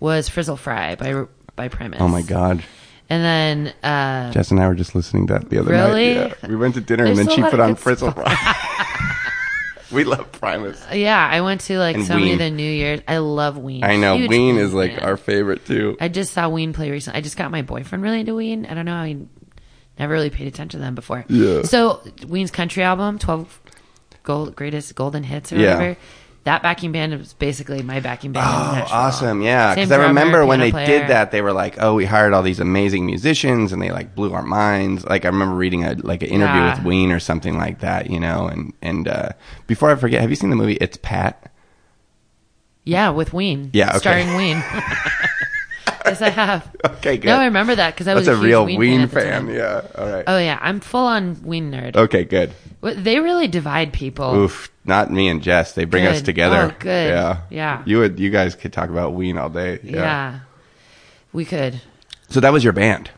Speaker 2: was Frizzle Fry by by Primus.
Speaker 1: Oh my God!
Speaker 2: And then, uh,
Speaker 1: Jess and I were just listening to that the other
Speaker 2: Really?
Speaker 1: night. Yeah. We went to dinner, and
Speaker 2: There's
Speaker 1: then
Speaker 2: a
Speaker 1: she
Speaker 2: lot
Speaker 1: put
Speaker 2: of *laughs*
Speaker 1: on
Speaker 2: good
Speaker 1: Frizzle Fry. *laughs* we love Primus.
Speaker 2: Yeah, I went to like
Speaker 1: And
Speaker 2: so many
Speaker 1: Ween.
Speaker 2: of the New Year's. I love Ween.
Speaker 1: I know
Speaker 2: Huge
Speaker 1: Ween is like
Speaker 2: fan.
Speaker 1: our favorite too.
Speaker 2: I just saw Ween play recently. I just got my boyfriend really into Ween. I don't know. I never really paid attention to them before.
Speaker 1: Yeah.
Speaker 2: So Ween's country album, twelve gold greatest golden hits or
Speaker 1: Yeah.
Speaker 2: whatever. That backing band was basically my backing band. in
Speaker 1: Oh,
Speaker 2: Nashville.
Speaker 1: awesome! Yeah,
Speaker 2: Same
Speaker 1: because I
Speaker 2: drummer,
Speaker 1: remember when they
Speaker 2: piano player.
Speaker 1: did that, they were like, "Oh, we hired all these amazing musicians, and they like blew our minds." Like I remember reading a like an interview
Speaker 2: Yeah.
Speaker 1: with Ween or something like that, you know. And and uh, before I forget, have you seen the movie It's
Speaker 2: *laughs*
Speaker 1: Pat?
Speaker 2: Yeah, with Ween.
Speaker 1: Yeah, okay. *laughs*
Speaker 2: starring Ween. yes, I have.
Speaker 1: Okay, good.
Speaker 2: No, I remember that because I was
Speaker 1: That's
Speaker 2: a,
Speaker 1: a,
Speaker 2: huge
Speaker 1: real
Speaker 2: Ween,
Speaker 1: Ween,
Speaker 2: fan. at the
Speaker 1: fan. Oh.
Speaker 2: time.
Speaker 1: Yeah. All right.
Speaker 2: Oh yeah, I'm full on Ween nerd.
Speaker 1: Okay. Good.
Speaker 2: Well, They really divide people.
Speaker 1: Oof. Not me and Jess. They bring us
Speaker 2: Good.
Speaker 1: together.
Speaker 2: Oh, good.
Speaker 1: Yeah.
Speaker 2: Yeah.
Speaker 1: You would. You guys could talk about Ween all day.
Speaker 2: Yeah. we could.
Speaker 1: So that was your band.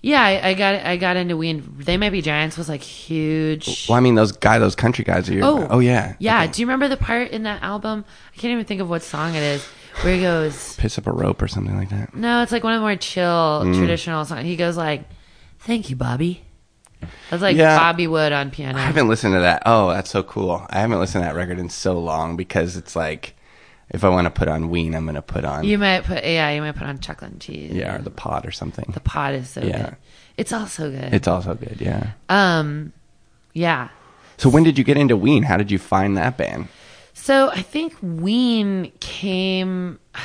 Speaker 2: Yeah, I, I got I got into Ween. They Might Be Giants was like huge.
Speaker 1: Well, I mean, those guy, those country guys are your.
Speaker 2: Oh,
Speaker 1: oh yeah.
Speaker 2: yeah. Do you remember the part in that album? I can't even think of what song it is. Where he goes,
Speaker 1: Piss up a rope or something like that.
Speaker 2: no, it's like one of the more chill
Speaker 1: Mm.
Speaker 2: traditional songs. He goes like, "Thank you, Bobby." That's like
Speaker 1: Yeah.
Speaker 2: Bobby Wood on piano.
Speaker 1: I haven't listened to that. Oh, that's so cool. I haven't listened to that record in so long because it's like, if I want to put on Ween, I'm going to put on
Speaker 2: You might put yeah, you might put on chocolate and cheese.
Speaker 1: yeah or the Pod or something.
Speaker 2: the pot is so
Speaker 1: Yeah.
Speaker 2: good. It's all so good.
Speaker 1: It's also good. Yeah.
Speaker 2: um, yeah.
Speaker 1: So when did you get into Ween? How did you find that band?
Speaker 2: So I think Ween came. *sighs*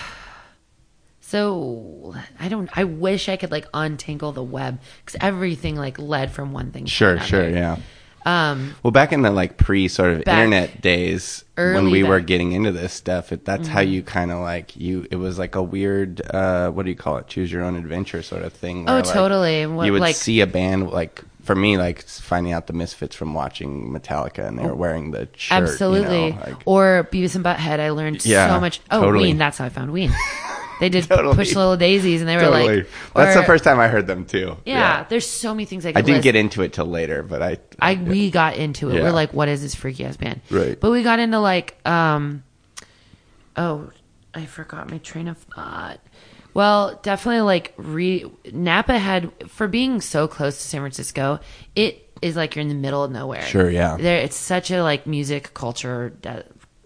Speaker 2: So I don't. I wish I could like untangle the web because everything like led from one thing. to another.
Speaker 1: Yeah.
Speaker 2: Um,
Speaker 1: Well, back in the like pre sort of
Speaker 2: Back-
Speaker 1: internet days, when
Speaker 2: Early Mm-hmm.
Speaker 1: we were
Speaker 2: back.
Speaker 1: getting into this stuff, it, that's how you kind of like you. It was like a weird, uh, what do you call it? Choose your own adventure sort of thing.
Speaker 2: Oh,
Speaker 1: like,
Speaker 2: totally. What-
Speaker 1: you would
Speaker 2: like-
Speaker 1: see a band like for me, like finding out the Misfits from watching Metallica, and they were wearing the shirt. you
Speaker 2: absolutely.
Speaker 1: know, like-
Speaker 2: or Beavis and Butthead. I learned
Speaker 1: Yeah,
Speaker 2: so much. Oh,
Speaker 1: totally.
Speaker 2: Ween. That's how I found Ween. They did
Speaker 1: *laughs* Totally.
Speaker 2: push little daisies, and they were
Speaker 1: totally.
Speaker 2: like,
Speaker 1: that's the
Speaker 2: or-
Speaker 1: first time I heard them too.
Speaker 2: Yeah, there's so many things I. Could
Speaker 1: I didn't
Speaker 2: list.
Speaker 1: get into it till later, but I.
Speaker 2: I we got into it.
Speaker 1: Yeah.
Speaker 2: We're like, what is this freaky ass band?
Speaker 1: Right.
Speaker 2: But we got into like, um, oh, I forgot my train of thought. Well, definitely like re Napa had for being so close to San Francisco, it is like you're in the middle of nowhere.
Speaker 1: Sure, yeah.
Speaker 2: There, it's such a like music culture de-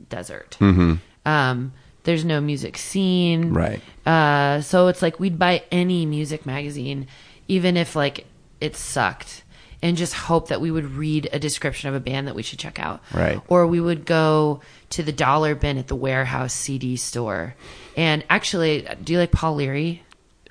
Speaker 2: desert. Mm-hmm. Um, there's no music scene.
Speaker 1: Right.
Speaker 2: Uh, so it's like we'd buy any music magazine, even if like it sucked, and just hope that we would read a description of a band that we should check out.
Speaker 1: Right.
Speaker 2: Or we would go to the dollar bin at the warehouse CD store. And actually, do you like Paul Leary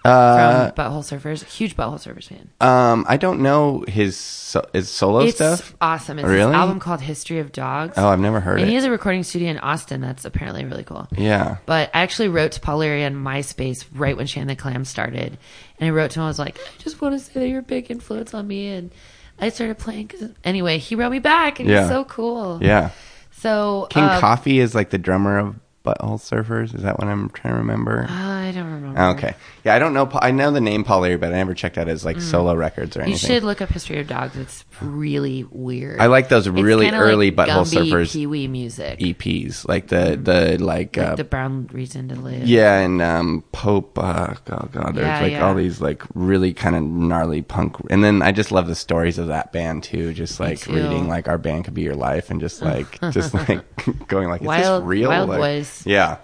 Speaker 1: Uh,
Speaker 2: from Butthole Surfers? Huge Butthole Surfers fan.
Speaker 1: um, I don't know his so, his solo
Speaker 2: It's
Speaker 1: stuff.
Speaker 2: awesome. It's
Speaker 1: Really?
Speaker 2: this album called History of Dogs.
Speaker 1: Oh, I've never heard
Speaker 2: and he
Speaker 1: it.
Speaker 2: has a recording studio in Austin that's apparently really cool.
Speaker 1: Yeah.
Speaker 2: But I actually wrote to Paul Leary on MySpace right when Shan the Clam started. And I wrote to him, I was like, I just want to say that you're a big influence on me. And I started playing. Cause... Anyway, he wrote me back and
Speaker 1: Yeah.
Speaker 2: he's so cool.
Speaker 1: Yeah.
Speaker 2: So,
Speaker 1: King
Speaker 2: um,
Speaker 1: Coffee is like the drummer of Butthole Surfers. Is that what I'm trying to remember? Ah,
Speaker 2: I don't remember.
Speaker 1: okay. Yeah, I don't know. Pa- I know the name Paul Leary, but I never checked out his like solo records or
Speaker 2: Mm. You
Speaker 1: anything.
Speaker 2: should look up History of Dogs. It's really weird.
Speaker 1: I like those really early Butthole Surfers
Speaker 2: Pee Wee music.
Speaker 1: EPs, like the the like, uh,
Speaker 2: Mm. like the brown reason to live.
Speaker 1: yeah, and um, Pope. Uh, oh god, there's
Speaker 2: Yeah,
Speaker 1: like
Speaker 2: yeah.
Speaker 1: all these like really kind of gnarly punk. And then I just love the stories of that band too. Just like
Speaker 2: too.
Speaker 1: reading like our band could be your life, and
Speaker 2: *laughs*
Speaker 1: just like just like *laughs* going like is
Speaker 2: Wild-
Speaker 1: this real?
Speaker 2: Wild
Speaker 1: Like-
Speaker 2: Boys.
Speaker 1: Yeah.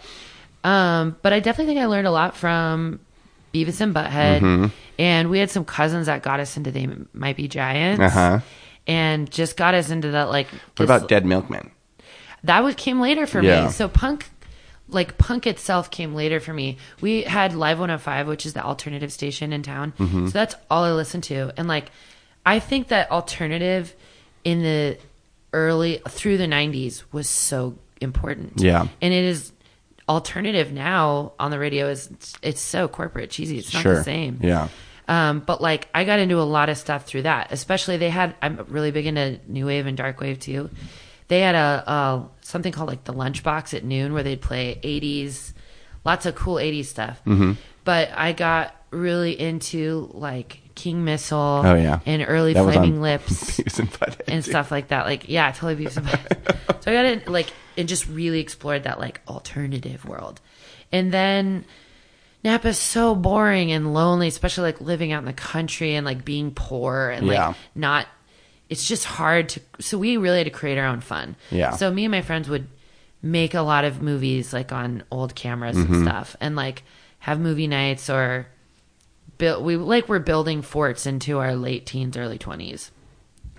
Speaker 2: Um, but I definitely think I learned a lot from Beavis and Butthead.
Speaker 1: Mm-hmm.
Speaker 2: And we had some cousins that got us into They Might Be Giants.
Speaker 1: Uh-huh.
Speaker 2: And just got us into that, like,
Speaker 1: What about Dead Milkman?
Speaker 2: that was, came later for
Speaker 1: Yeah.
Speaker 2: me. So punk, like, punk itself came later for me. We had Live 105, which is the alternative station in town.
Speaker 1: Mm-hmm.
Speaker 2: So that's all I listened to. And, like, I think that alternative in the early, through the 90s was so important
Speaker 1: Yeah.
Speaker 2: and it is alternative now on the radio is it's so corporate cheesy it's not
Speaker 1: Sure.
Speaker 2: the same
Speaker 1: *laughs* Yeah.
Speaker 2: um but like i got into a lot of stuff through that especially they had i'm really big into new wave and dark wave too they had a, a something called like the lunchbox at noon where they'd play 80s lots of cool 80s stuff
Speaker 1: Mm-hmm.
Speaker 2: but i got really into like king missile
Speaker 1: Oh, yeah.
Speaker 2: and early
Speaker 1: That was on *laughs*
Speaker 2: flaming lips
Speaker 1: Beavis and Butthead.
Speaker 2: and stuff like that. Like, yeah, totally Beavis
Speaker 1: *laughs*
Speaker 2: and Butthead. so I got it like and just really explored that like alternative world. And then Napa's so boring and lonely, especially like living out in the country and like being poor and
Speaker 1: Yeah.
Speaker 2: like not it's just hard to. So we really had to create our own fun.
Speaker 1: Yeah.
Speaker 2: So me and my friends would make a lot of movies like on old cameras
Speaker 1: Mm-hmm.
Speaker 2: and stuff, and like have movie nights or build. We like we're building forts into our late teens, early twenties,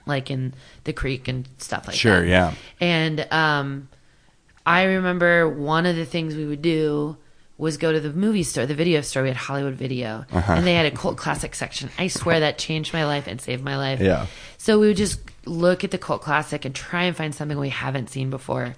Speaker 2: like in the creek and stuff like
Speaker 1: Sure,
Speaker 2: that.
Speaker 1: yeah.
Speaker 2: And um, I remember one of the things we would do was go to the movie store, the video store. We had Hollywood Video,
Speaker 1: Uh-huh.
Speaker 2: and they had a cult classic section. I swear that changed my life and saved my life.
Speaker 1: Yeah.
Speaker 2: So we would just look at the cult classic and try and find something we haven't seen before. And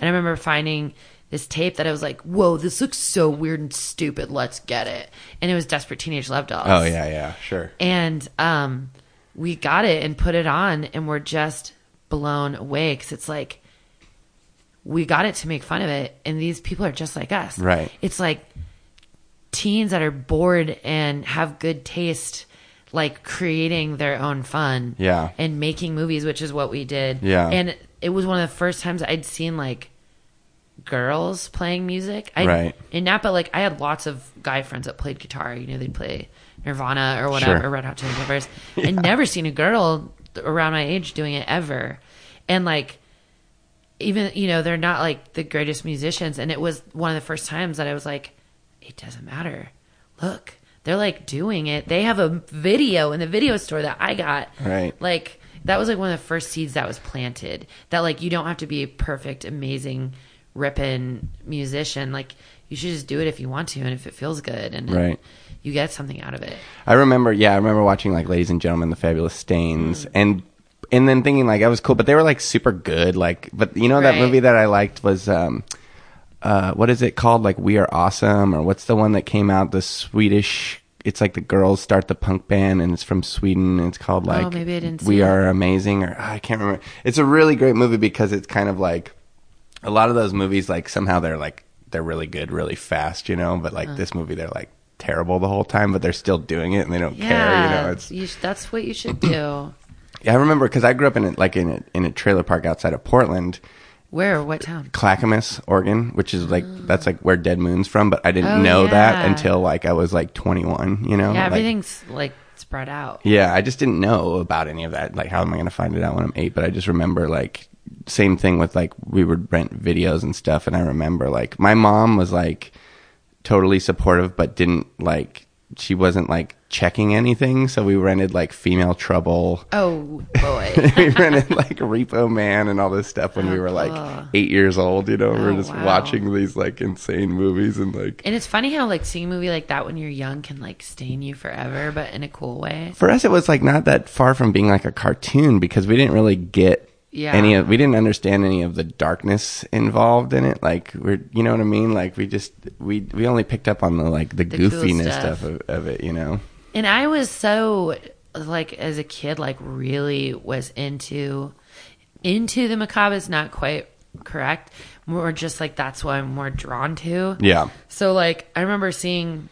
Speaker 2: I remember finding this tape that I was like, "Whoa, this looks so weird and stupid. Let's get it." And it was Desperate Teenage Love Dolls.
Speaker 1: Oh yeah, yeah, sure.
Speaker 2: And um, we got it and put it on, and we're just blown away because it's like we got it to make fun of it, and these people are just like us.
Speaker 1: Right.
Speaker 2: It's like teens that are bored and have good taste, like creating their own fun.
Speaker 1: Yeah.
Speaker 2: And making movies, which is what we did.
Speaker 1: Yeah.
Speaker 2: And it was one of the first times I'd seen like girls playing music. I,
Speaker 1: Right.
Speaker 2: In Napa, like I had lots of guy friends that played guitar. You know, they'd play Nirvana or whatever,
Speaker 1: Sure.
Speaker 2: or Red Hot Chili
Speaker 1: *laughs*
Speaker 2: Peppers. i I never seen a girl around my age doing it ever, and like even you know they're not like the greatest musicians. And it was one of the first times that I was like, it doesn't matter. Look, they're like doing it. They have a video in the video store that I got.
Speaker 1: Right.
Speaker 2: Like that was like one of the first seeds that was planted. That like you don't have to be a perfect, amazing, ripping musician. Like you should just do it if you want to and if it feels good and
Speaker 1: Right.
Speaker 2: you get something out of it.
Speaker 1: I remember, yeah, I remember watching like Ladies and Gentlemen, The Fabulous Stains,
Speaker 2: Mm.
Speaker 1: and and then thinking like that was cool, but they were like super good, like. But you know that
Speaker 2: Right.
Speaker 1: movie that I liked was, um, uh, what is it called? Like We Are Awesome, or what's the one that came out? The Swedish. It's like the girls start the punk band, and it's from Sweden. And it's called like
Speaker 2: Oh, maybe I didn't
Speaker 1: We
Speaker 2: see it.
Speaker 1: Are Amazing, or ah, I can't remember. It's a really great movie because it's kind of like a lot of those movies like somehow they're like they're really good really fast you know but
Speaker 2: Uh-huh.
Speaker 1: like this movie they're like terrible the whole time but they're still doing it and they don't care you know it's
Speaker 2: you sh- that's what you should do.
Speaker 1: yeah, i remember because i grew up in a, like in a, in a trailer park outside of portland
Speaker 2: Where? What town?
Speaker 1: clackamas oregon which is like that's like where dead moon's from but i didn't
Speaker 2: Mm. Oh,
Speaker 1: know that
Speaker 2: yeah.
Speaker 1: until like i was like 21 you know
Speaker 2: Yeah,
Speaker 1: Like,
Speaker 2: everything's like spread out.
Speaker 1: yeah i just didn't know about any of that like how am i going to find it out when i'm eight but i just remember like same thing with like we would rent videos and stuff and i remember like my mom was like totally supportive but didn't like she wasn't like checking anything so we rented like female trouble *laughs*
Speaker 2: Oh boy.
Speaker 1: we rented like repo man and all this stuff when we were like
Speaker 2: cool.
Speaker 1: eight years old you know we were
Speaker 2: Oh,
Speaker 1: just
Speaker 2: wow.
Speaker 1: watching these like insane movies and like
Speaker 2: and it's funny how like seeing a movie like that when you're young can like stain you forever, but in a cool way.
Speaker 1: for us it was like not that far from being like a cartoon because we didn't really get
Speaker 2: Yeah.
Speaker 1: any of we didn't understand any of the darkness involved in it like we're you know what i mean like we just we we only picked up on the like the,
Speaker 2: cool
Speaker 1: goofiness stuff,
Speaker 2: stuff.
Speaker 1: of, of it you know
Speaker 2: And I was so like as a kid, like really was into into the macabre is not quite correct. More just like that's what I'm more drawn to.
Speaker 1: yeah
Speaker 2: So like I remember seeing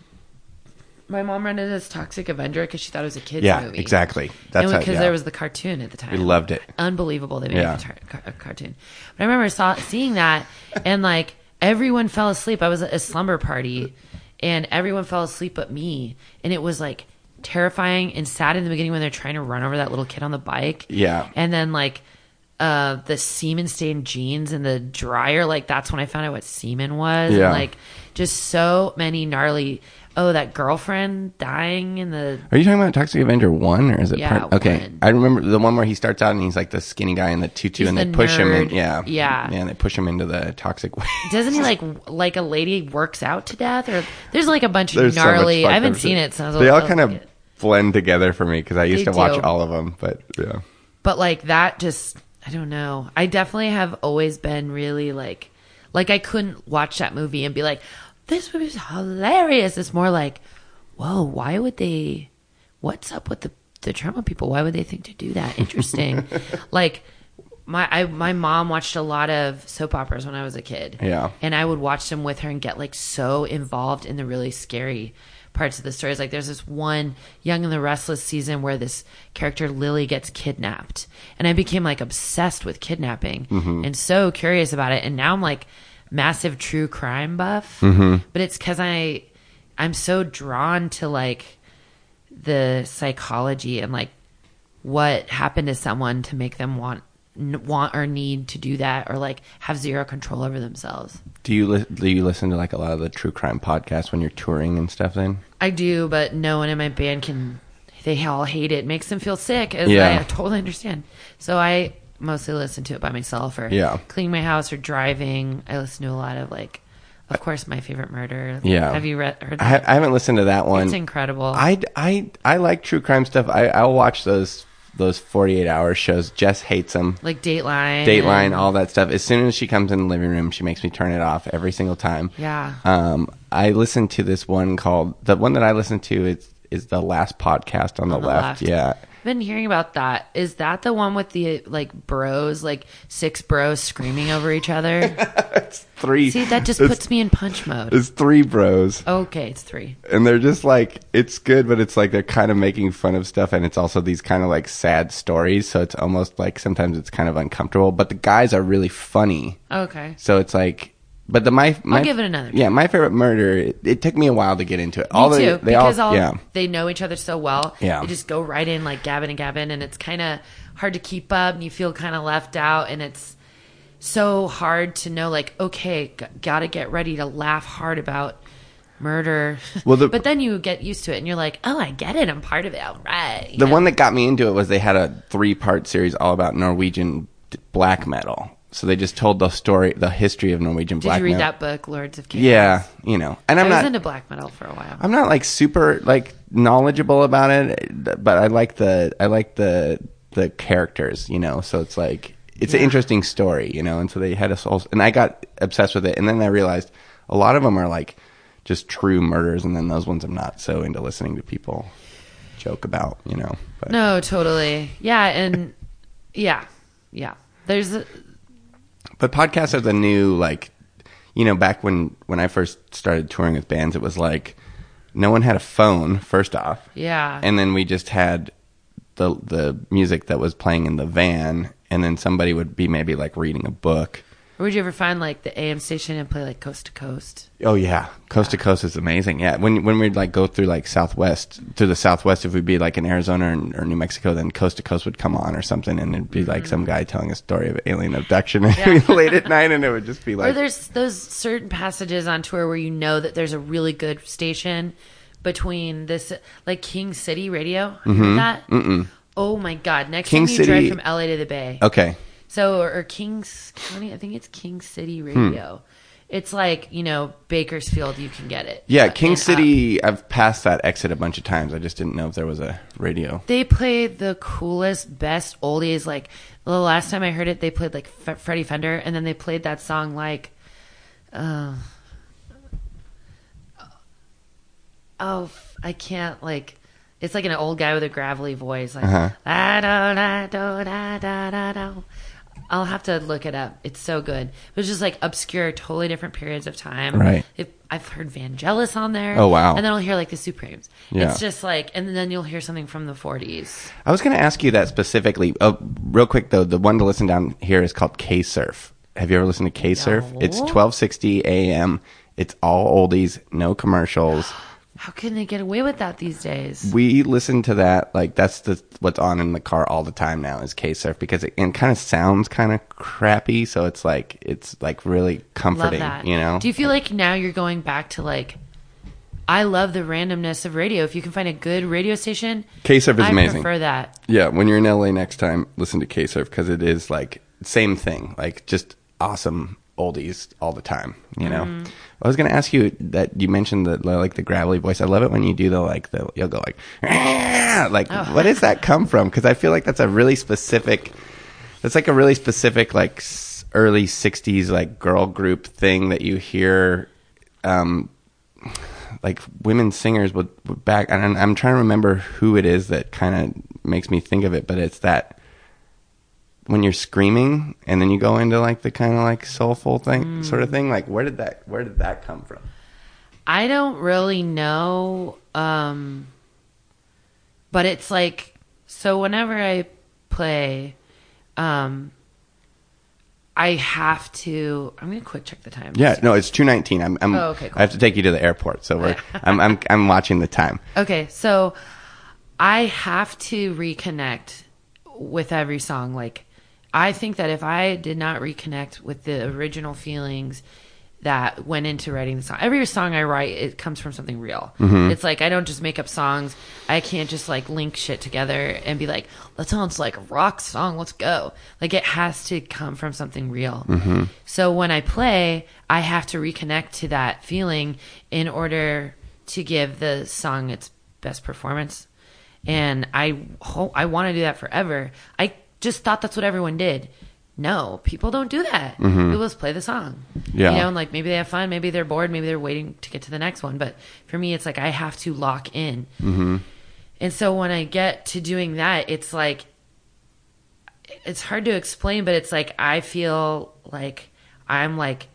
Speaker 2: my mom rented this Toxic Avenger because she thought it was a kids
Speaker 1: yeah
Speaker 2: movie.
Speaker 1: exactly that's how
Speaker 2: because
Speaker 1: yeah.
Speaker 2: there was the cartoon at the time.
Speaker 1: We loved it.
Speaker 2: Unbelievable they made
Speaker 1: Yeah.
Speaker 2: a, tar- car- a cartoon. But I remember saw seeing that and like everyone fell asleep. I was at a slumber party and everyone fell asleep but me and it was like terrifying and sad in the beginning when they're trying to run over that little kid on the bike.
Speaker 1: Yeah.
Speaker 2: And then like uh the semen stained jeans and the dryer like that's when I found out what semen was
Speaker 1: Yeah.
Speaker 2: and like just so many gnarly oh that girlfriend dying in the
Speaker 1: are you talking about Toxic Avenger one or is it
Speaker 2: Yeah,
Speaker 1: part? Okay,
Speaker 2: one.
Speaker 1: I remember the one where he starts out and he's like the skinny guy in the tutu,
Speaker 2: He's
Speaker 1: and they
Speaker 2: the
Speaker 1: push him. In,
Speaker 2: nerd.
Speaker 1: yeah,
Speaker 2: Yeah.
Speaker 1: yeah, and they push him into the toxic *laughs* way.
Speaker 2: Doesn't he like w- like a lady works out to death or there's like a bunch of
Speaker 1: There's so much
Speaker 2: gnarly? I
Speaker 1: fucked
Speaker 2: haven't
Speaker 1: up
Speaker 2: seen
Speaker 1: shit.
Speaker 2: it since I was
Speaker 1: they
Speaker 2: a
Speaker 1: all
Speaker 2: little
Speaker 1: kind of
Speaker 2: kid.
Speaker 1: blend together for me because I used
Speaker 2: They
Speaker 1: to watch
Speaker 2: do.
Speaker 1: all of them. But yeah,
Speaker 2: But like that, just I don't know. I definitely have always been really like, like I couldn't watch that movie and be like, this movie is hilarious. It's more like, whoa, why would they? What's up with the the trauma people? Why would they think to do that?
Speaker 1: *laughs*
Speaker 2: Interesting. like my I, my mom watched a lot of soap operas when I was a kid.
Speaker 1: Yeah.
Speaker 2: and I would watch them with her and get like so involved in the really scary parts of the stories. Like there's this one Young and the Restless season where this character Lily gets kidnapped, and I became like obsessed with kidnapping and so curious about it. And now I'm like massive true crime buff, but it's because I I'm so drawn to like the psychology and like what happened to someone to make them want n- want or need to do that or like have zero control over themselves.
Speaker 1: Do you li- do you listen to like a lot of the true crime podcasts when you're touring and stuff? Then
Speaker 2: I do, but no one in my band can. They all hate it. It makes them feel sick. As
Speaker 1: Yeah.
Speaker 2: I totally understand. So I mostly listen to it by myself or
Speaker 1: Yeah.
Speaker 2: cleaning my house or driving. I listen to a lot of like, of course, my favorite murder.
Speaker 1: Yeah.
Speaker 2: Have you read? Heard
Speaker 1: I, ha-
Speaker 2: that?
Speaker 1: I haven't listened to that one.
Speaker 2: it's incredible.
Speaker 1: I, I I like true crime stuff. I I'll watch those those 48 hour shows. Jess hates them.
Speaker 2: like Dateline.
Speaker 1: Dateline,
Speaker 2: and-
Speaker 1: all that stuff. As soon as she comes in the living room, she makes me turn it off every single time.
Speaker 2: Yeah.
Speaker 1: Um, I listened to this one called the one that I listened to is is the last podcast on, the,
Speaker 2: the
Speaker 1: left.
Speaker 2: left.
Speaker 1: Yeah.
Speaker 2: I've been hearing about that. Is that the one with the like bros, like six bros screaming over
Speaker 1: *laughs*
Speaker 2: each other?
Speaker 1: Three
Speaker 2: See, that just
Speaker 1: it's,
Speaker 2: puts me in punch mode.
Speaker 1: it's three bros
Speaker 2: Okay, it's three.
Speaker 1: and they're just like it's good but it's like they're kind of making fun of stuff and it's also these kind of like sad stories so it's almost like sometimes it's kind of uncomfortable but the guys are really funny.
Speaker 2: Okay.
Speaker 1: So it's like, but the my, my
Speaker 2: give it another
Speaker 1: Yeah, my favorite murder. It, it took me a while to get into it. All
Speaker 2: Me
Speaker 1: the-
Speaker 2: too, because all,
Speaker 1: yeah,
Speaker 2: they know each other so well.
Speaker 1: Yeah.
Speaker 2: They just go right in like Gavin and Gavin, and it's kind of hard to keep up, and you feel kind of left out, and it's so hard to know, like, okay, g- gotta get ready to laugh hard about murder.
Speaker 1: Well, the-
Speaker 2: *laughs* but then you get used to it, and you're like, oh, I get it. I'm part of it. All right. you
Speaker 1: the
Speaker 2: know?
Speaker 1: one that got me into it was they had a three part series all about Norwegian d- black metal. So they just told the story, the history of Norwegian
Speaker 2: Did
Speaker 1: black
Speaker 2: you read
Speaker 1: metal.
Speaker 2: that book, Lords of Chaos?
Speaker 1: Yeah, you know, and I'm
Speaker 2: I was
Speaker 1: not.
Speaker 2: into black metal for a while.
Speaker 1: I'm not like super like knowledgeable about it, but I like the I like the the characters, you know. So it's like it's an interesting story, you know. And so they had us all, and I got obsessed with it. And then I realized a lot of them are like just true murders, and then those ones I'm not so into listening to people joke about, you know. But
Speaker 2: no, totally. Yeah, and yeah, yeah. There's a,
Speaker 1: but podcasts are the new like you know back when when I first started touring with bands, it was like no one had a phone. First off,
Speaker 2: yeah.
Speaker 1: and then we just had the the music that was playing in the van and then somebody would be maybe like reading a book
Speaker 2: Or would you ever find like the AM station and play like coast to coast?
Speaker 1: oh yeah coast to coast is amazing yeah when when we'd like go through like southwest through the southwest if we'd be like in arizona or, or new mexico then coast to coast would come on or something and it'd be like some guy telling a story of alien abduction *laughs* late at night and it would just be
Speaker 2: Or
Speaker 1: like
Speaker 2: there's those certain passages on tour where you know that there's a really good station between this, like King City Radio. Have you heard That. Mm-mm. Oh my God! Next
Speaker 1: Mm-hmm. King
Speaker 2: time you
Speaker 1: City-
Speaker 2: drive from LA to the Bay,
Speaker 1: okay
Speaker 2: So or, or Kings County, I think it's King
Speaker 1: Hmm.
Speaker 2: City Radio. It's like you know Bakersfield, you can get it.
Speaker 1: yeah
Speaker 2: Uh,
Speaker 1: king
Speaker 2: and up.
Speaker 1: city i've passed that exit a bunch of times i just didn't know if there was a radio
Speaker 2: They play the coolest, best oldies. Like the last time I heard it, they played like F- Freddie Fender, and then they played that song like, uh, oh, f- I can't like. It's like an old guy with a gravelly voice, like
Speaker 1: Uh-huh.
Speaker 2: I don't, I don't, I don't, I don't. I'll have to look it up. It's so good. It was just like obscure, totally different periods of time.
Speaker 1: Right.
Speaker 2: If, I've heard Vangelis on there.
Speaker 1: Oh, wow.
Speaker 2: And then I'll hear like the Supremes.
Speaker 1: Yeah.
Speaker 2: It's just like, and then you'll hear something from the 40s.
Speaker 1: I was going to ask you that specifically. Oh, real quick though, the one to listen down here is called K Surf. Have you ever listened to K Surf?
Speaker 2: No.
Speaker 1: It's twelve sixty a.m. It's all oldies, no commercials.
Speaker 2: How can they get away with that these days?
Speaker 1: We listen to that like that's the what's on in the car all the time now is K Surf because it and kind of sounds kind of crappy, so it's like it's like really
Speaker 2: Love
Speaker 1: comforting,
Speaker 2: that.
Speaker 1: you know.
Speaker 2: Do you feel like now you're going back to like, I love the randomness of radio. If you can find a good radio station,
Speaker 1: K-Surf is
Speaker 2: I
Speaker 1: amazing.
Speaker 2: prefer that.
Speaker 1: Yeah, when you're in LA next time, listen to K Surf because it is like same thing, like just awesome oldies all the time. You know, I was gonna ask you that you mentioned the like the gravelly voice. I love it when you do the like the you'll go like "Ah!" like what does that come from? Because I feel like that's a really specific. That's like a really specific like s- early '60s like girl group thing that you hear. Um, like women singers would, would back and I'm- I'm trying to remember who it is that kind of makes me think of it, but it's that when you're screaming and then you go into like the kind of like soulful thing
Speaker 2: Mm.
Speaker 1: sort of thing like where did that where did that come from?
Speaker 2: I don't really know. Um, but it's like, so whenever I play, um, I have to, I'm going to quick check the time.
Speaker 1: Yeah, no, it's 219. I'm, I'm
Speaker 2: Oh, okay, cool.
Speaker 1: I have to take you to the airport, so
Speaker 2: *laughs*
Speaker 1: we're I'm I'm I'm watching the time.
Speaker 2: Okay, so I have to reconnect with every song. Like, I think that if I did not reconnect with the original feelings that went into writing the song, every song I write, it comes from something real. It's like I don't just make up songs. I can't just like link shit together and be like, that sounds like a rock song. Let's go. Like, it has to come from something real. So when I play, I have to reconnect to that feeling in order to give the song its best performance and I ho- I want to do that forever. I just thought that's what everyone did. No, people don't do that. People just play the song.
Speaker 1: Yeah.
Speaker 2: you know, and like maybe they have fun, maybe they're bored, maybe they're waiting to get to the next one. But for me, it's like I have to lock in. And so when I get to doing that, it's like it's hard to explain, but it's like I feel like I'm like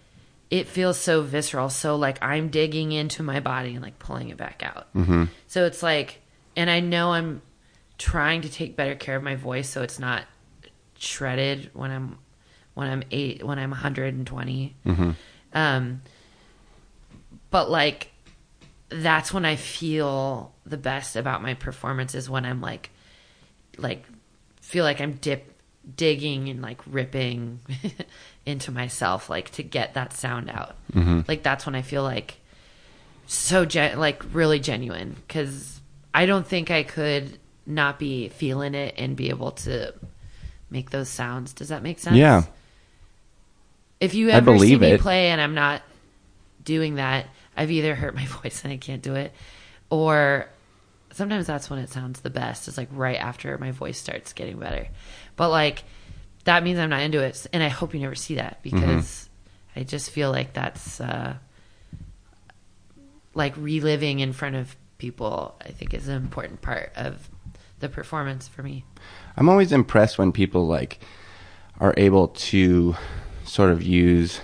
Speaker 2: it feels so visceral, so like I'm digging into my body and like pulling it back out. Mm-hmm. So it's like, and I know I'm trying to take better care of my voice, so it's not shredded when I'm when I'm eight when I'm 120. Um, but like that's when I feel the best about my performance is when I'm like, like, feel like I'm dip digging and like ripping *laughs* into myself, like to get that sound out. Like that's when I feel like so gen- like really genuine because I don't think I could not be feeling it and be able to make those sounds. Does that make sense?
Speaker 1: Yeah.
Speaker 2: If you ever see
Speaker 1: believe
Speaker 2: me
Speaker 1: it.
Speaker 2: play and I'm not doing that, I've either hurt my *laughs* voice and I can't do it, or sometimes that's when it sounds the best. It's like right after my voice starts getting better. But like that means I'm not into it, and I hope you never see that
Speaker 1: Mm-hmm.
Speaker 2: because I just feel like that's uh, like reliving in front of people. I think is an important part of the performance for me.
Speaker 1: I'm always impressed when people like are able to sort of use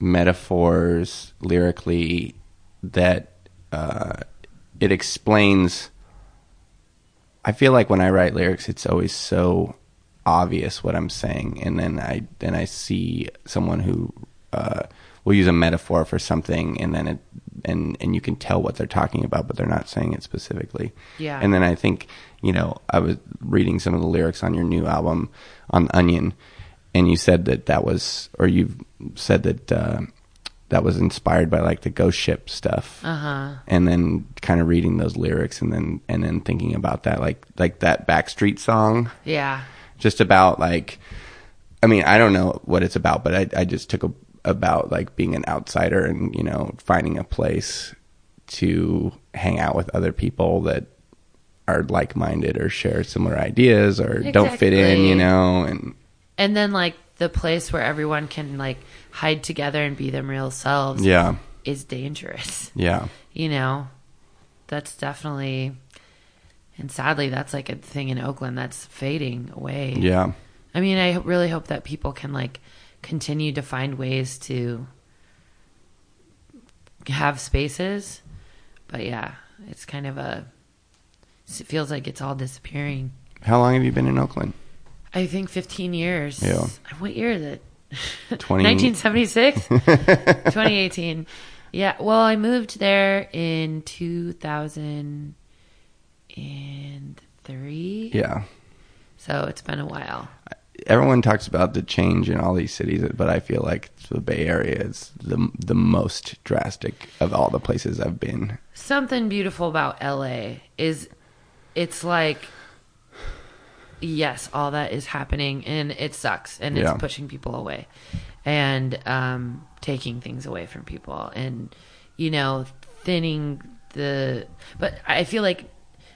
Speaker 1: metaphors lyrically that uh, it explains. I feel like when I write lyrics, it's always so obvious what I'm saying, and then I then I see someone who uh, will use a metaphor for something, and then it and and you can tell what they're talking about, but they're not saying it specifically.
Speaker 2: Yeah.
Speaker 1: and then and I think you know I was reading some of the lyrics on your new album on Onion, and you said that that was, or you said that uh, that was inspired by like the ghost ship stuff,
Speaker 2: Uh-huh.
Speaker 1: and then kind of reading those lyrics and then and then thinking about that like like that Backstreet song
Speaker 2: Yeah.
Speaker 1: just about like i mean i don't know what it's about but i, I just took a, about like being an outsider and you know finding a place to hang out with other people that are like-minded or share similar ideas or don't fit in
Speaker 2: Exactly.
Speaker 1: you know and
Speaker 2: and then like the place where everyone can like hide together and be their real selves
Speaker 1: yeah
Speaker 2: is dangerous *laughs*
Speaker 1: yeah
Speaker 2: you know that's definitely and sadly that's like a thing in oakland that's fading away
Speaker 1: yeah
Speaker 2: i mean i ho- really hope that people can like continue to find ways to have spaces but yeah it's kind of a it feels like it's all disappearing
Speaker 1: how long have you been in oakland *laughs*
Speaker 2: I think 15 years.
Speaker 1: Yeah.
Speaker 2: What year is it? *laughs*
Speaker 1: 20 *laughs*
Speaker 2: 1976? 2018. Yeah. Well, I moved there in 2003.
Speaker 1: yeah
Speaker 2: So it's been a while.
Speaker 1: everyone talks about the change in all these cities but i feel like the bay area is the the most drastic of all the places i've been
Speaker 2: Something beautiful about LA is it's like, yes, all that is happening and it sucks and it's
Speaker 1: Yeah.
Speaker 2: pushing people away and um, taking things away from people and, you know, thinning the. But I feel like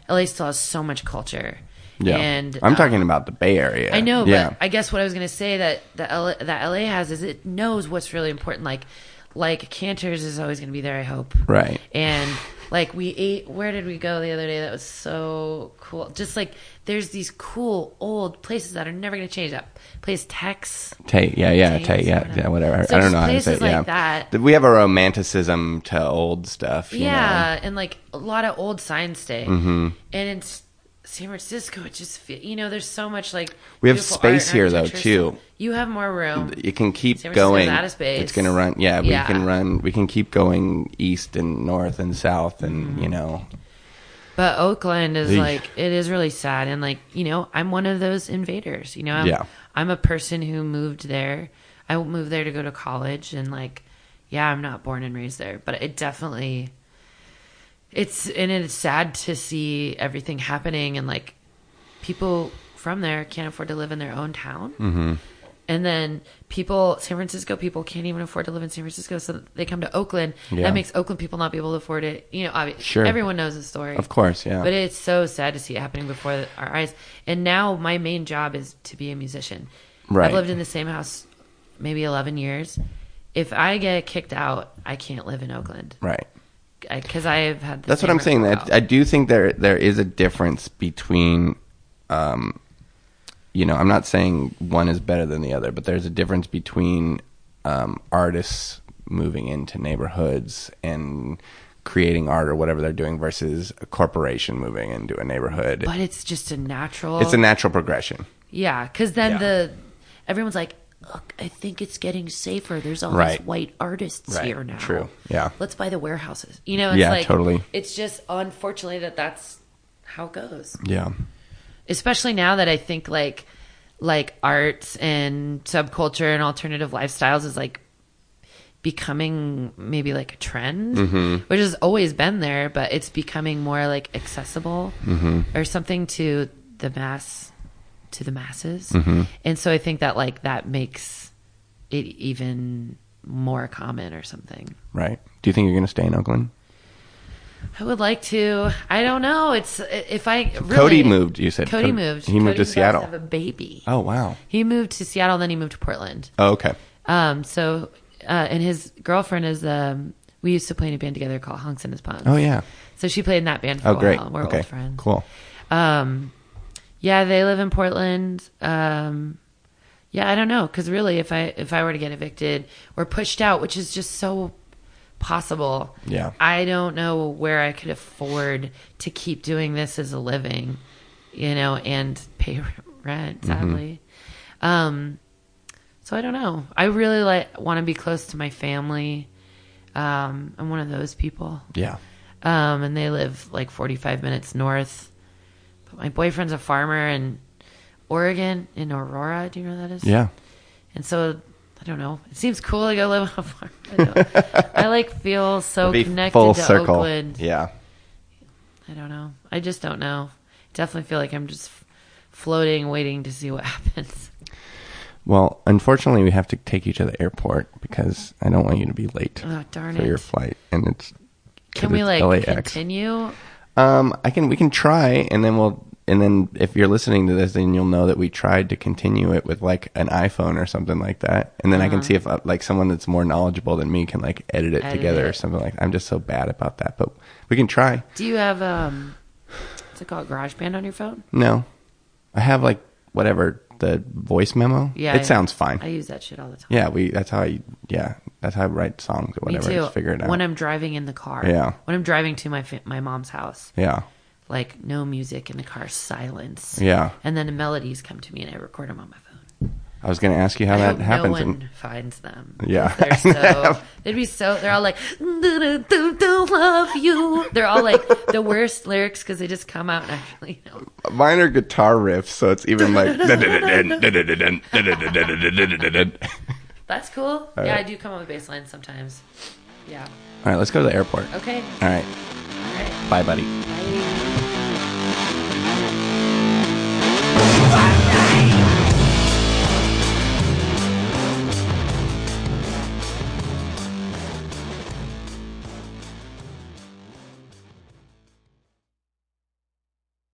Speaker 2: LA still has so much culture.
Speaker 1: Yeah,
Speaker 2: And
Speaker 1: I'm
Speaker 2: uh,
Speaker 1: talking about the Bay Area.
Speaker 2: I know,
Speaker 1: yeah,
Speaker 2: but I guess what I was going to say that the L- that LA has is it knows what's really important. Like, like Cantors is always going to be there. I hope.
Speaker 1: Right.
Speaker 2: And like we ate. Where did we go the other day? That was so cool. Just like there's these cool old places that are never going to change. That place Tex.
Speaker 1: Tate, yeah, yeah,
Speaker 2: Tate,
Speaker 1: Tate, yeah,
Speaker 2: whatever.
Speaker 1: yeah, whatever.
Speaker 2: So
Speaker 1: I don't
Speaker 2: just
Speaker 1: know how to say it.
Speaker 2: places like
Speaker 1: Yeah,
Speaker 2: that.
Speaker 1: we have a romanticism to old stuff. you know?
Speaker 2: Yeah, and like a lot of old signs stay. Mm-hmm. And in S- San Francisco, it just fe you know there's so much like
Speaker 1: We have
Speaker 2: beautiful art and
Speaker 1: space here, though,
Speaker 2: architecture
Speaker 1: too.
Speaker 2: stuff. You have more room.
Speaker 1: it can keep
Speaker 2: San Francisco's
Speaker 1: going.
Speaker 2: out of space.
Speaker 1: It's gonna run. Yeah, we
Speaker 2: Yeah. Mm-hmm.
Speaker 1: can run. We can keep going east and north and south, and you know,
Speaker 2: But Oakland is
Speaker 1: Eesh.
Speaker 2: like it is really sad and like, you know, I'm one of those invaders, you know. I'm,
Speaker 1: Yeah.
Speaker 2: I'm a person who moved there. I moved there to go to college and like yeah, I'm not born and raised there, but it definitely it's and it's sad to see everything happening and like people from there can't afford to live in their own town.
Speaker 1: Mm-hmm.
Speaker 2: And then people, San Francisco people can't even afford to live in San Francisco, so they come to Oakland.
Speaker 1: Yeah.
Speaker 2: That makes Oakland people not be able to afford it. You know, obviously,
Speaker 1: Sure.
Speaker 2: everyone knows the story.
Speaker 1: Of course, yeah.
Speaker 2: But it's so sad to see it happening before our eyes. And now my main job is to be a musician.
Speaker 1: Right.
Speaker 2: I've lived in the same house maybe 11 years. If I get kicked out, I can't live in Oakland
Speaker 1: right.
Speaker 2: because I, have had. The
Speaker 1: That's what
Speaker 2: same
Speaker 1: I'm saying.
Speaker 2: result.
Speaker 1: I, I do think there there is a difference between, um, you know, I'm not saying one is better than the other, but there's a difference between um, artists moving into neighborhoods and creating art or whatever they're doing versus a corporation moving into a neighborhood.
Speaker 2: but it's just a natural.
Speaker 1: it's a natural progression.
Speaker 2: Yeah, because then
Speaker 1: Yeah.
Speaker 2: the everyone's like, Look, I think it's getting safer. There's all
Speaker 1: Right.
Speaker 2: these white artists
Speaker 1: Right.
Speaker 2: here now.
Speaker 1: True. Yeah.
Speaker 2: Let's buy the warehouses. You know, it's
Speaker 1: Yeah,
Speaker 2: like
Speaker 1: totally.
Speaker 2: It's just unfortunately that that's how it goes.
Speaker 1: Yeah.
Speaker 2: Especially now that I think like like arts and subculture and alternative lifestyles is like becoming maybe like a trend
Speaker 1: Mm-hmm.
Speaker 2: which has always been there but it's becoming more like accessible
Speaker 1: Mm-hmm.
Speaker 2: or something to the mass to the masses
Speaker 1: Mm-hmm.
Speaker 2: and so i think that like that makes it even more common or something
Speaker 1: Right. Do you think you're going to stay in Oakland?
Speaker 2: i would like to i don't know it's if i really,
Speaker 1: Cody moved, you said.
Speaker 2: cody
Speaker 1: Cody-
Speaker 2: moved
Speaker 1: he moved to
Speaker 2: Cody's about
Speaker 1: Seattle.
Speaker 2: have a baby
Speaker 1: Oh wow.
Speaker 2: he moved to seattle then he moved to portland
Speaker 1: Oh, okay.
Speaker 2: Um, so, uh, and his girlfriend is, um, we used to play in a band together called Hunks and His Punks.
Speaker 1: Oh yeah.
Speaker 2: So she played in that band for
Speaker 1: Oh
Speaker 2: a
Speaker 1: great.
Speaker 2: while. We're
Speaker 1: okay.
Speaker 2: old friends.
Speaker 1: Cool.
Speaker 2: Um, yeah, they live in Portland. Um, yeah, I don't know. Cause really if I, if I were to get evicted or pushed out, which is just so possible.
Speaker 1: Yeah.
Speaker 2: I don't know where I could afford to keep doing this as a living, you know, and pay *laughs* rent, sadly. Um, so I don't know. I really like want to be close to my family. Um, I'm one of those people.
Speaker 1: Yeah.
Speaker 2: Um, and they live like 45 minutes north. But my boyfriend's a farmer in Oregon in Aurora. Do you know where that is?
Speaker 1: Yeah.
Speaker 2: And so I don't know. It seems cool to go live on a *laughs* farm. I,
Speaker 1: *laughs*
Speaker 2: don't- I like feel so
Speaker 1: Be
Speaker 2: connected
Speaker 1: full
Speaker 2: to
Speaker 1: circle.
Speaker 2: Oakland.
Speaker 1: Yeah.
Speaker 2: I don't know. I just don't know. Definitely feel like I'm just f- floating, waiting to see what *laughs* happens.
Speaker 1: Well, unfortunately, we have to take you to the airport because I don't want you to be late
Speaker 2: Oh, darn
Speaker 1: for your
Speaker 2: it.
Speaker 1: flight. And it's 'cause
Speaker 2: Can we
Speaker 1: it's
Speaker 2: like
Speaker 1: LAX.
Speaker 2: continue?
Speaker 1: Um, I can. We can try, and then we'll. And then if you're listening to this, then you'll know that we tried to continue it with like an iPhone or something like that. And then I can see if uh, like someone that's more knowledgeable than me can like edit it
Speaker 2: Uh-huh. Edit
Speaker 1: together or
Speaker 2: it.
Speaker 1: something like. I'm just so bad about that, but we can try.
Speaker 2: Do you have um what's it called? GarageBand on your phone?
Speaker 1: No, I have like whatever the voice memo.
Speaker 2: Yeah.
Speaker 1: it
Speaker 2: I-
Speaker 1: sounds fine.
Speaker 2: I use that shit all the time.
Speaker 1: yeah, we. That's how I. Yeah, that's how I write songs or whatever.
Speaker 2: Me too.
Speaker 1: Just figure it out.
Speaker 2: When I'm driving in the car.
Speaker 1: Yeah.
Speaker 2: When I'm driving to my fa- my mom's house,
Speaker 1: yeah.
Speaker 2: like no music in the car, silence.
Speaker 1: Yeah.
Speaker 2: And then the melodies come to me, and I record them on my phone.
Speaker 1: I was going to ask you how
Speaker 2: I
Speaker 1: that
Speaker 2: hope
Speaker 1: happens.
Speaker 2: no one
Speaker 1: and-
Speaker 2: finds them.
Speaker 1: *laughs* Yeah.
Speaker 2: They're so. They'd be so. They're all like, do, do, do, love you. They're all like the worst lyrics because they just come out naturally. You know.
Speaker 1: mine are guitar riffs, so it's even
Speaker 2: *laughs*
Speaker 1: like.
Speaker 2: That's cool. yeah,
Speaker 1: right.
Speaker 2: I do come up with bass lines sometimes. Yeah.
Speaker 1: All right, let's go to the airport.
Speaker 2: Okay.
Speaker 1: All right,
Speaker 2: All right.
Speaker 1: bye, buddy.